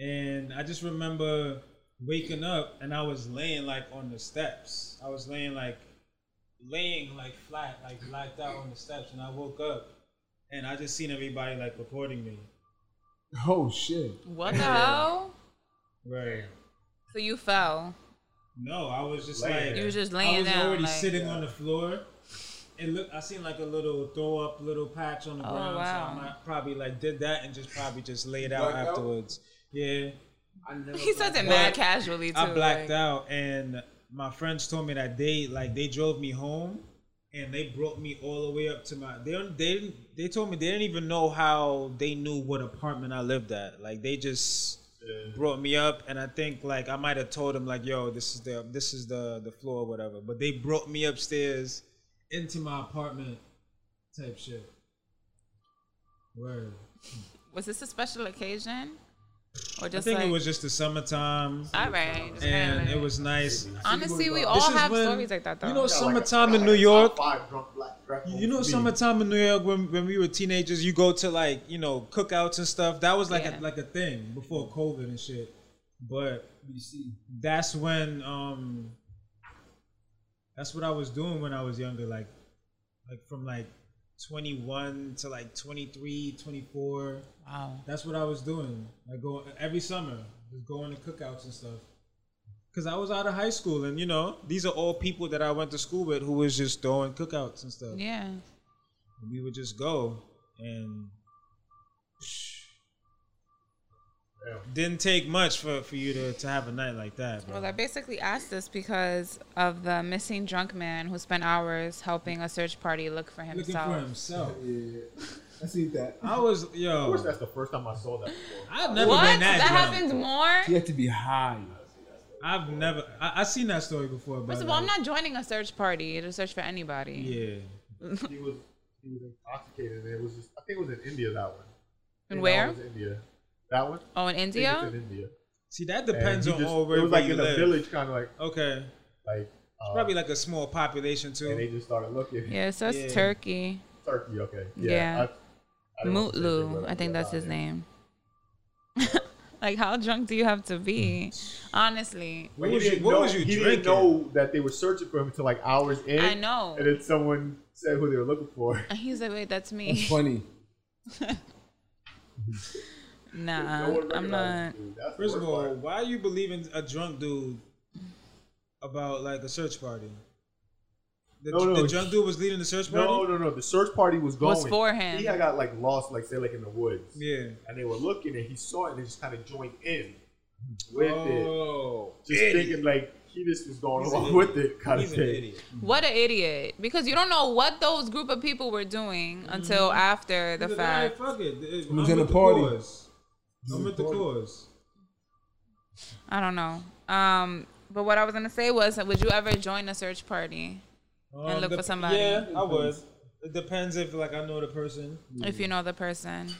And I just remember waking up and I was laying like on the steps. I was laying like laying like flat, like blacked out on the steps. And I woke up and I just seen everybody like recording me.
Oh shit.
What the hell?
Right.
So you fell.
No, I was just
Laying
like
there.
You were just
I
laying
was
down.
already
like-
sitting on the floor. It looked. I seen like a little throw up, little patch on the
Oh,
ground.
wow.
So I might probably like did that and just probably just laid out
Blacked out?
afterwards. Yeah,
I never
He says it
But
mad casually too.
I blacked
like-
out, and my friends told me that they like they drove me home, and they brought me all the way up to my. They don't. They didn't. They told me they didn't even know how they knew what apartment I lived at. Like they just. Brought me up, and I think like I might have told them like, "Yo, this is the this is the the floor, or whatever." But they brought me upstairs, into my apartment type shit. Word.
Was this a special occasion, or
I
just
think
like?
it was just the summertime,
all right. just
and
kinda
it
like-
was nice.
Honestly, we
This
all
is
have
when-
stories like that though.
you know,
Got, like, a-
summertime in
like
New
a top
York.
Five drunk black drunk
You know,
woman.
summertime in New York when when we were teenagers, you go to like you know cookouts and stuff. That was like
Yeah.
a, like a thing before COVID and shit. But
BC.
that's when um that's what I was doing when I was younger like like from like 21 to like 23 24
wow.
that's what I was doing like going every summer just going to cookouts and stuff cuz I was out of high school and you know these are all people that I went to school with who was just throwing cookouts and stuff
Yeah.
and we would just go and
Yeah.
didn't take much for, for you to, to have a night like that bro.
Well, I basically asked this because of the missing drunk man who spent hours helping a search party look for himself.
looking for himself
Yeah. I see that.
I was
Of course,
yo.
that's the first time I saw that. Before.
I've never
What?
been that,
that
drunk.
happens more.
You have to be high.
I've never. I, I seen that story before. But
First of all, I'm
like,
not joining a search party to search for anybody.
Yeah.
He was he was intoxicated. And it was just I think it was in India that one.
And
That
where?
one was India. That one.
Oh, in
I think it's
India.
in India.
See, that
And
depends
he
on
just-
all where
It was like
you
in
live.
a village, kind of like
Okay,
like. uh,
probably like a small population
and they
too.
just started looking.
Yeah, so it's
Yeah.
Turkey.
Turkey, okay.
Yeah.
Yeah. I- I don't want to say it,
Mutlu,
but
I think that's
yeah,
his
yeah.
name. like, how drunk do you have to be? Honestly,
But
What
he
was you?
didn't
What
know-
was you
he
drinking?
didn't know that they were searching for him until like hours in.
I know.
And then someone said who they were looking for.
And he's like, wait, that's
That's
me.
funny.
nah,
no
I'm
one recognized
not.
this dude. That's the
First of
worst
all,
part.
why are you believing a drunk dude about like a search party? The,
No, no,
the drunk dude was leading the search party.
no, no, no. The search party was going.
Was for him.
He had got like lost, like say, like in the woods.
Yeah.
And they were looking, and he saw it, and they just kind of joined in with it,
Oh,
just
idiot.
thinking like he just was going
He's an
along
idiot.
with it, kind
He's
of
an
thing.
idiot.
What an idiot! Because you don't know what those group of people were doing until after the
He's like,
fact.
"All right, fuck it.
I'm
I'm,
gonna
with the
party.
cause. I'm with the cause.
I don't know. Um, but what I was gonna say was, would you ever join a search party and
Um,
look
dep-
for somebody
Yeah, I would. It depends if like I know the person.
if you know the person?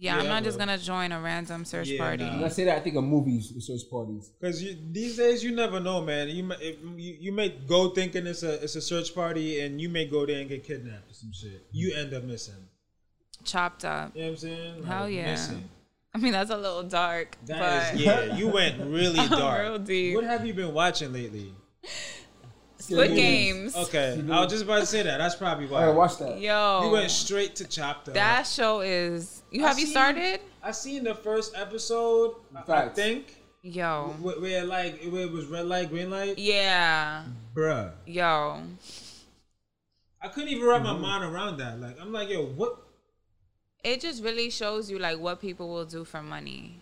Yeah, I'm
Yeah,
not just
bro.
gonna join a random search
Yeah,
party.
nah.
When I say that, I think of movies, research parties.
Because these days you never know, man. You may, if, you, you may go thinking it's a it's a search party, and you may go there and get kidnapped or some shit. You end up missing.
Chopped up.
You know what I'm saying? Like,
Hell yeah.
Missing.
I mean, that's a little dark,
That
but
is- yeah. You went really dark.
real deep.
What have you been watching lately?
Squid Games.
Okay, I was just about to say that. That's probably
I
why.
gotta watch that.
You
Yo,
went straight to Chopped Up.
that show is. You
I
have you
seen-
started?
I seen the first episode. I- I
Facts.
think
Yo,
wh- where like where it was red light, green
E-
light.
yeah,
Bruh,
yo.
I couldn't even wrap my mind around that. Like I'm like, yo, what?
It just really shows you like what people will do for money.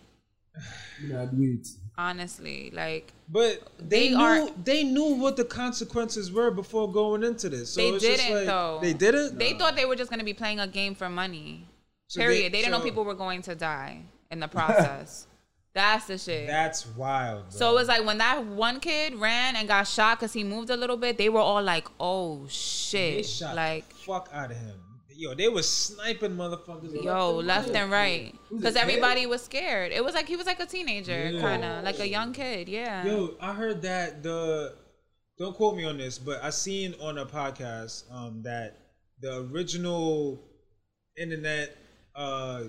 You know, I'd wait.
Honestly, like
But they,
They
knew
are-
they knew what the consequences were before going into this. So
They
it's just
didn't,
like,
though.
They didn't.
they thought they were just gonna be playing a game for money.
So
Period. They, didn't know
so
people were going to die in the process. That's the shit.
That's wild. Bro.
So it was like when that one kid ran and got shot because he moved a little bit, they were all like, "Oh
they
shit!"
shot
Like,
the fuck out of him. Yo, they was sniping motherfuckers.
yo, left and right, because everybody
kid?
was scared. It was like he was like a teenager,
Yeah.
kind of like a young kid. Yeah.
Yo, I heard that the don't quote me on this, but I seen on a podcast um, that the original internet uh,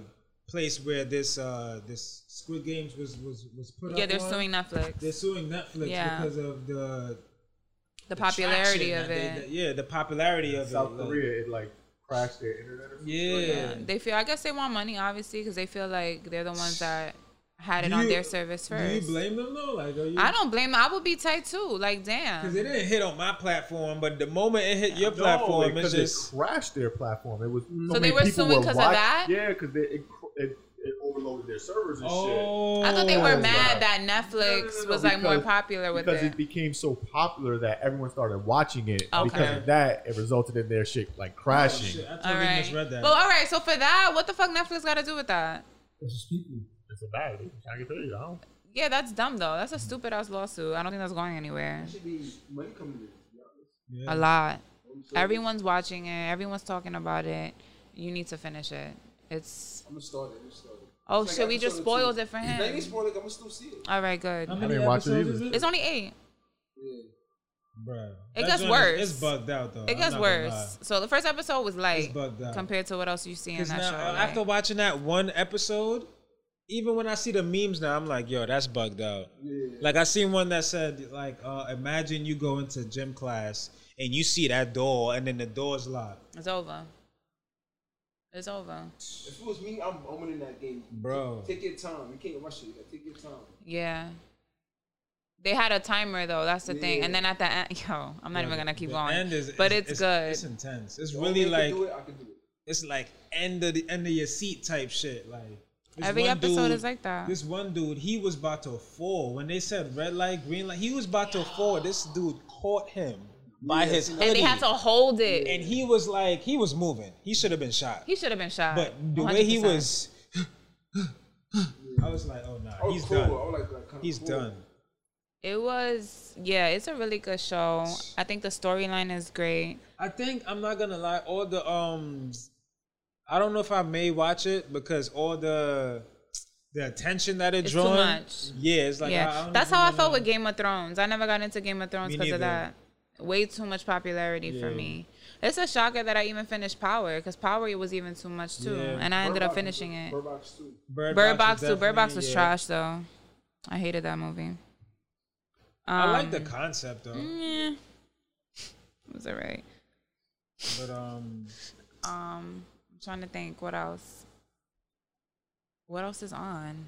place where this uh, this Squid Games was was was put up.
yeah, they're
on,
suing Netflix.
They're suing Netflix
Yeah.
because of the
the popularity
traction
of
that
it.
they- yeah, the popularity of
South
it. like-
Korea, it like crashed their internet. Or something.
yeah.
yeah. They feel. I guess they want money, obviously, because they feel like they're the ones that had it on
You-
their service first.
Do you blame them though? Like, are you?
I don't blame. them. I would be tight too. Like,
Because
damn.
it didn't hit on my platform, but the moment it hit your
No,
platform, it's
because
just
it crashed their platform. It was so,
they
many
were
people
suing 'cause of
watch-
that?
Yeah, because it, cr- it it overloaded their servers and shit.
oh.
I thought they were
Oh.
mad that Netflix
No, no, no,
was like more
because-
popular with
because
it.
it became so popular that everyone started watching it.
Okay.
Because of that, it resulted in their shit like crashing.
Shit, I
All
totally
right.
misread that.
But all right, so for that, what the fuck Netflix got to do with that?
That's just people.
It's a bad. I can tell you, I don't.
Yeah, that's dumb though. That's a stupid ass lawsuit. I don't think that's going anywhere.
should be money coming in.
A lot. Everyone's watching it. Everyone's talking about it. You need to finish it. It's
I'm gonna start it. I'm gonna start it.
oh
It's like
shit, we just
episode
spoiled
two.
it for
If they
him.
ain't spoiled it, I'm gonna still see it.
All right, good.
How
I
many
didn't watch it
episodes
either.
is
It's only eight.
Yeah.
Bruh,
It
that
gets
joint
worse.
Is, it's bugged out though.
It
I'm
gets
not gonna lie.
worse. So the first episode was light
It's bugged out.
compared to what else you see in
'Cause
that
now,
show.
uh,
like-
after watching that one episode, even when I see the memes now, I'm like, yo, that's bugged out. Like I seen one that said, like, uh, imagine you go into gym class and you see that door, and then the door's locked,
it's over. It's over.
If it was me, I'm, I'm winning that game.
bro.
Take your time. You can't rush it. You gotta take your time.
Yeah. They had a timer though. That's the thing. And
Yeah.
then at the end, yo, I'm not even gonna keep
The
going.
end is-
but it's, good.
It's intense. It's
The
really
only way I
like
can do it, I can do it.
it's like end of the end of your seat type shit. Like this
Every
one
episode
dude-
is like that.
This one dude, he was about to fall when they said red light, green light. He was about to fall. This dude caught him by his hoodie,
and they had to hold it.
And he was like, he was moving. He should have been shot.
he should have been shot.
but the way he
100%.
was, I was like, oh
I
nah,
was
he's
cool. I
done.
was like, like, kinda
He's
cool.
done.
it was yeah. It's a really good show. I think the storyline is great.
I think I'm not gonna lie. All the um, I don't know if I may watch it because all the the attention that it
It's too
drawing.
much.
Yeah, it's like uh, I, I
yeah,
don't
that's
even
how I
wanna-
felt with Game of Thrones. I never got into Game of Thrones
Me
because of
neither.
that. Way too much popularity for
Yeah.
me. It's a shocker that I even finished Power because Power was even too much too,
Yeah.
and I ended up
Box was
finishing
good.
it.
Bird Box too.
Bird,
Bird
Box
Box
was
too. Bird Box
definitely-
was
yeah.
trash though. I hated that movie.
I like the
Um,
concept though,
Yeah. It was alright.
but um,
Um, I'm trying to think. What else? What else is on?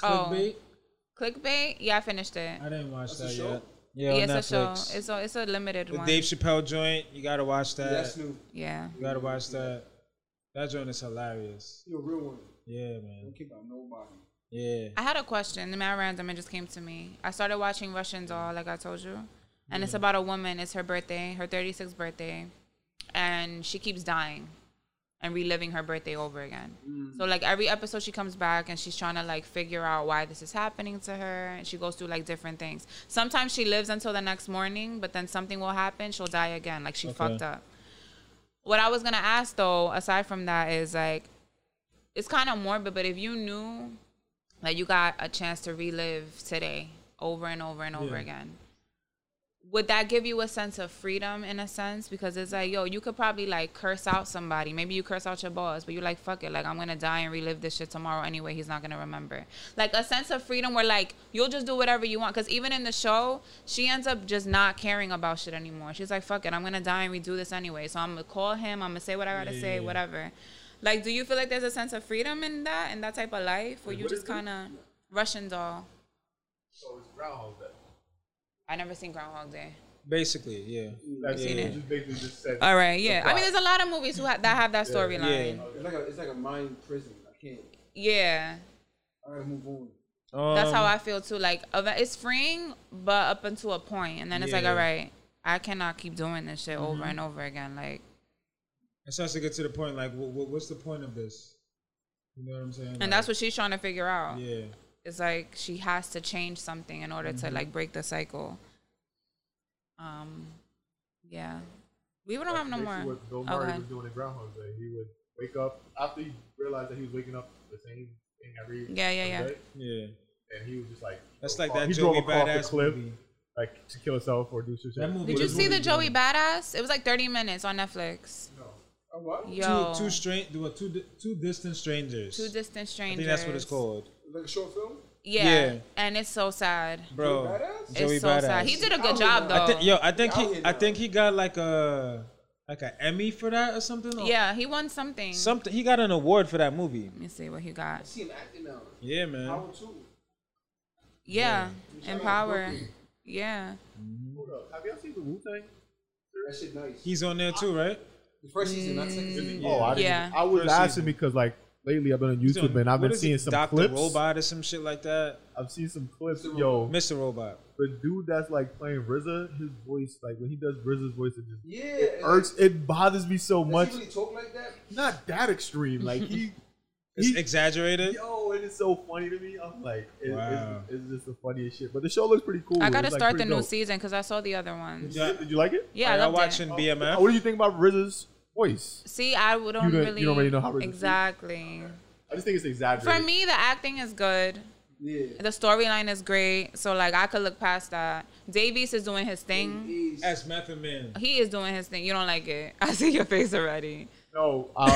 clickbait.
Oh, clickbait. Yeah, I finished it.
I didn't watch
That's a
that
show?
yet.
Yeah,
Yeah, on
it's a
Netflix.
show. It's a it's a limited
the
one.
Dave Chappelle joint. You gotta watch that.
Yeah, that's new.
yeah.
You gotta watch that. That joint is hilarious.
He a real one.
Yeah,
Don't
man.
care about nobody.
Yeah.
I had a question. The man random. It just came to me. I started watching Russian Doll, like I told you, and it's about a woman. It's her birthday, her 36th birthday, and she keeps dying and reliving her birthday over again. So like every episode, she comes back and she's trying to like figure out why this is happening to her, and she goes through like different things. Sometimes she lives until the next morning, but then something will happen. She'll die again. Like she fucked up. What I was gonna ask though, aside from that, is like, it's kind of morbid, but if you knew that you got a chance to relive today over and over and over
Yeah.
again, would that give you a sense of freedom in a sense? Because it's like, yo, you could probably like curse out somebody. Maybe you curse out your boss, but you're like, fuck it. Like, I'm going to die and relive this shit tomorrow anyway. He's not going to remember. Like, a sense of freedom where like you'll just do whatever you want. Because even in the show, she ends up just not caring about shit anymore. She's like, fuck it. I'm going to die and redo this anyway. So I'm going to call him. I'm going to say what I got to say, whatever. Like, do you feel like there's a sense of freedom in that, in that type of life? Where you just kind of Russian doll?
So it's Groundhog Day.
I never seen Groundhog Day.
Basically, yeah.
That's
seen
it.
it.
Just basically just said.
All right, yeah. I
plot.
mean, there's a lot of movies who ha- that have that storyline.
Yeah.
It's like a, it's like a mind prison. I can't.
Yeah.
I gotta move on.
That's
Um,
how I feel too. Like, of- it's freeing, but up until a point, and then it's like,
Yeah. Mm-hmm.
all right, I cannot keep doing this shit over and over again. Like,
It starts to get to the point like, wh- wh- what's the point of this? You know what I'm saying?
and that's what she's trying to figure out.
Yeah.
It's like she has to change something in order
Mm-hmm.
to like break the cycle. Um, yeah, we don't have no
basically
more.
What Bill Murray
Okay.
was doing in Groundhog Day. He would wake up after he realized that he was waking up the same thing every
Yeah, yeah, yeah.
day,
Yeah.
and he was just like
That's
so
like
far-
that
Oh, he drove
Joey
across the
Badass
cliff,
movie.
like to kill himself or do some shit.
That movie
Did you
was
see the
really
Joey
good.
Badass? It was like 30 minutes on Netflix.
Oh, what? It's
Yo,
Two, two, stra- well, two, di- two distant strangers.
Two distant
I
strangers.
think that's what it's called.
like a short film.
Yeah,
Yeah.
and it's so sad.
Bro.
Joey Badass?
Joey
it's so
Badass.
sad. He did a
I
good
Oh,
don't
job
know.
though.
I think yo, I think
Yeah, I don't
he
hear
I
that.
think he got like a like an Emmy for that or something. or
yeah, he won something.
Something he got an award for that movie.
Let me see what he got.
I see him acting now.
Yeah, man.
Power two.
Yeah,
out
Empower.
Brooklyn.
Yeah.
Hold up. Have y'all seen the Wu Tang?
That shit nice.
He's on there too, right?
the first season, not
Mm.
second season.
Oh, I didn't-
Yeah.
I was
First
asking
season.
because like lately I've been on
He's
YouTube
on-
and I've
what
been
is he,
seeing some
Dr.
clips.
Robot or some shit like that.
I've seen some clips.
Mr.
Yo,
Mr. Robot.
the dude that's like playing RZA, his voice, like when he does RZA's voice, it just
Yeah.
it irks. It bothers me so
Does
much.
he really talk like that?
Not that extreme. Like he,
It's
he
exaggerated.
yo, it is so funny to me. I'm like, it,
Wow.
it's, it's just the funniest shit. But the show looks pretty cool.
I gotta
It's, like,
start the
pretty
new
dope.
season because I saw the other ones.
Did you, did you like it?
Yeah, I
Y'all
loved
watching
Oh,
it.
BMF.
What do you think about RZA's voice?
See, I don't,
don't- you
really,
don't really know how it is.
exactly.
I just think it's exaggerated.
For me, the acting is good.
Yeah.
The storyline is great, so like I could look past that. Davies is doing his thing.
He's,
As Method Man.
He is doing his thing. You don't like it. I see your face already.
No, uh,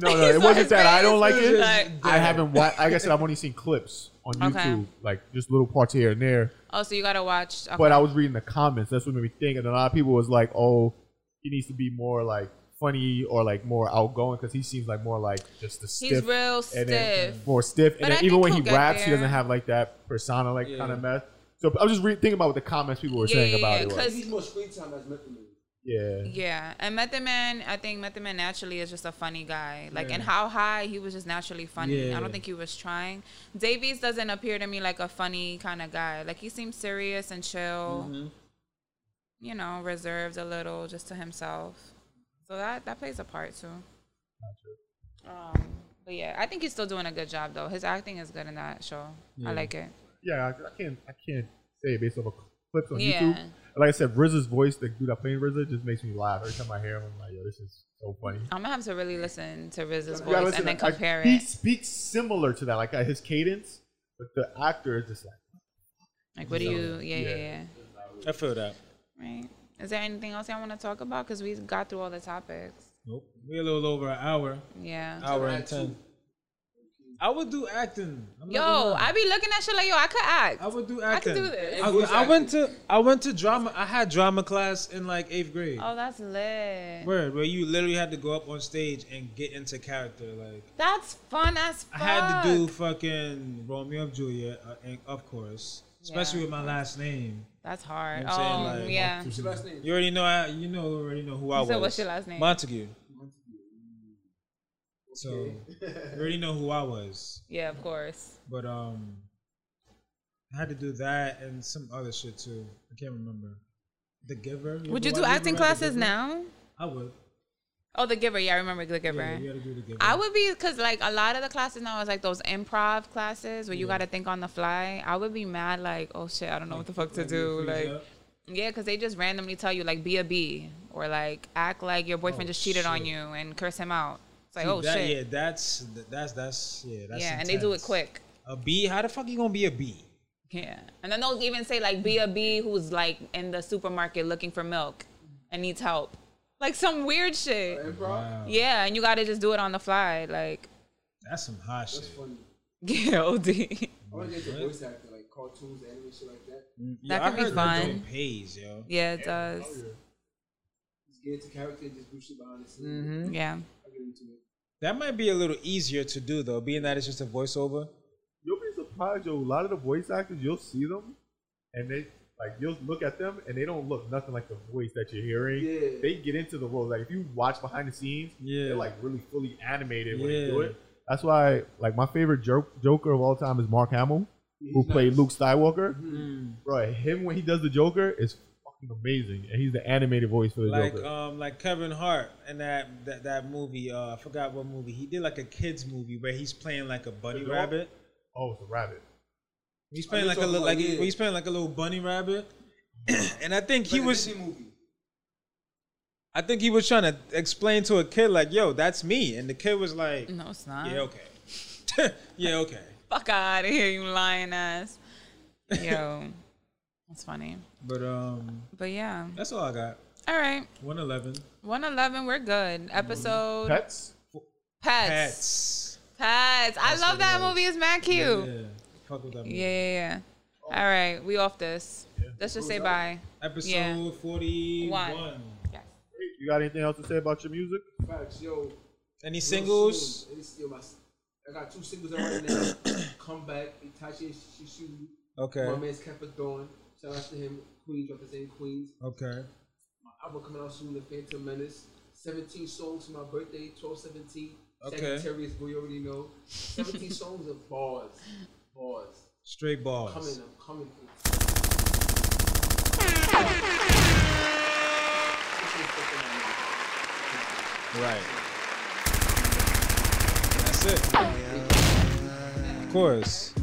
no, no.
He's
It wasn't
like,
that I don't like it.
Like-
I haven't. Wa- like I said, I've only seen clips on
Okay.
YouTube, like just little parts here and there.
Oh, so you gotta watch. okay.
But I was reading the comments. That's what made me think, and a lot of people was like, "Oh, he needs to be more like funny or like more outgoing because he seems like more like just the stiff."
He's real
and then
stiff.
more stiff.
But
And
I
then even
think
when he
he'll get
raps, he
there.
doesn't have like that persona, like
Yeah.
kind of mess. So I was just re- thinking about what the comments people were
Yeah,
saying
yeah,
about
yeah,
it. was.
'cause-
he's more screen time as Method Man.
yeah,
Yeah, and Method Man, I think Method Man naturally is just a funny guy. Like, and how high he was just naturally funny. I
Yeah.
don't think he was trying. Davies doesn't appear to me like a funny kind of guy. Like he seems serious and chill.
Mm-hmm.
You know, reserved a little, just to himself. So that that plays a part too. Um, but yeah, I think he's still doing a good job though. His acting is good in that show. I like it.
yeah. I, I can't, I can't say it based off of clips on
Yeah.
YouTube. Like I said, RZA's voice, the dude I playing RZA, just makes me laugh every time I hear him. I'm like, yo, this is so funny.
I'm gonna have to really listen to Riz's
You gotta
voice and then
like,
compare
He
it.
speaks similar to that, like uh, his cadence, but the actor is just like,
Like, what do you? Yeah, yeah,
Yeah.
yeah.
I feel that.
Right. Is there anything else y'all want to talk about? Because we got through all the topics.
Nope. We're a little over an hour.
Yeah.
Hour and ten. I would do acting. I'm not gonna
Yo,
lie.
I be looking at shit like yo, I could act.
I would do
I could
acting.
do this.
I,
Voice
I went to I went to drama. I had drama class in like eighth grade.
Oh, that's lit.
Word, where you literally had to go up on stage and get into character. Like
That's fun as fuck.
I had to do fucking Romeo and Juliet, uh, and of course, especially
Yeah.
with my last name.
That's hard.
You know what I'm
oh,
saying? Like,
yeah.
What's your last name?
You already know. I, you know already know who
You
I was.
said, what's your last name?
Montague. So you already know who I was,
Yeah, of course.
but um, I had to do that and some other shit too. I can't remember. The Giver.
Would you
ever
do
watch-
acting
ever read The
classes
Giver?
now?
I would.
Oh, The Giver. Yeah, I remember The Giver.
Yeah, you gotta do The Giver.
I would be because like a lot of the classes now is like those improv classes where you got to think on the fly. I would be mad like, oh shit, I don't know what the fuck to do.
freeze
Like,
up.
yeah, because they just randomly tell you like be a bee or like act like your boyfriend just cheated on you and curse him out. It's like, oh
Oh, that,
shit.
Yeah, that's that's that's yeah. That's
yeah, and they do it
intense.
quick.
A B? How the fuck you gonna be a B?
Yeah. And then they'll even say like be a bee who's like in the supermarket looking for milk and needs help. Like some weird shit.
Improv?
Yeah, and you gotta just do it on the fly. Like
That's some hot shit.
That's funny.
yeah, OD.
I want to get into voice actor, like cartoons, anime, shit like that.
Yo, I
could be
heard that joint
fun.
Pays, yo.
Yeah, it does.
Just get into character and just do shit behind the scenes. Mm-hmm.
Yeah.
I get into it.
That might be a little easier to do though, being that it's just a voiceover.
You'll be surprised, yo. A lot of the voice actors, you'll see them, and they like you'll look at them, and they don't look nothing like the voice that you're hearing.
Yeah.
They get into the role. Like if you watch behind the scenes,
Yeah.
they're like really fully animated when they do
Yeah.
it. That's why, like my favorite jo- Joker of all time is Mark Hamill, who played Luke Skywalker. Bro, him when he does the Joker is fucking amazing, and he's the animated voice for the
Like
Joker.
um like Kevin Hart in that that, that movie, uh I forgot what movie. He did like a kids movie where he's playing like a bunny
Dog?
rabbit.
oh, it's a rabbit.
He's
Oh,
playing
you're
like a
talking
little
about-
like
yeah.
he's playing like a little bunny rabbit. and I think he
Like a
was
Disney movie.
I think he was trying to explain to a kid like, "Yo, that's me," and the kid was like,
No, it's not.
"Yeah, okay, yeah, okay."
Fuck out of here, you lying ass. Yo. That's funny.
But um,
But yeah.
that's all I got.
All right.
One eleven
111, we're good. Episode
Pets.
Pets. Pets.
Mm-hmm. pets.
I love that movie. It's mad cute.
Yeah, Oh. fuck with that movie.
Yeah, yeah, yeah. All right, we off this. Let's just say bye.
Episode
Yeah.
forty-one.
One.
You got anything else to say about your music?
Facts, yo.
Any singles?
Real soon. It's- yo, my s- I got two singles out right now. Come back, Itachi Shishu. My
Okay,
man's Kepper Dawn. Shout out to him. Queens representing Queens.
okay.
My album coming out soon, The Phantom Menace. 17 songs for my birthday, 1217.
Okay.
Sagittarius, we already know. 17 songs of bars. Bars.
Straight
Coming,
balls.
I'm coming.
Right. That's it. Of course.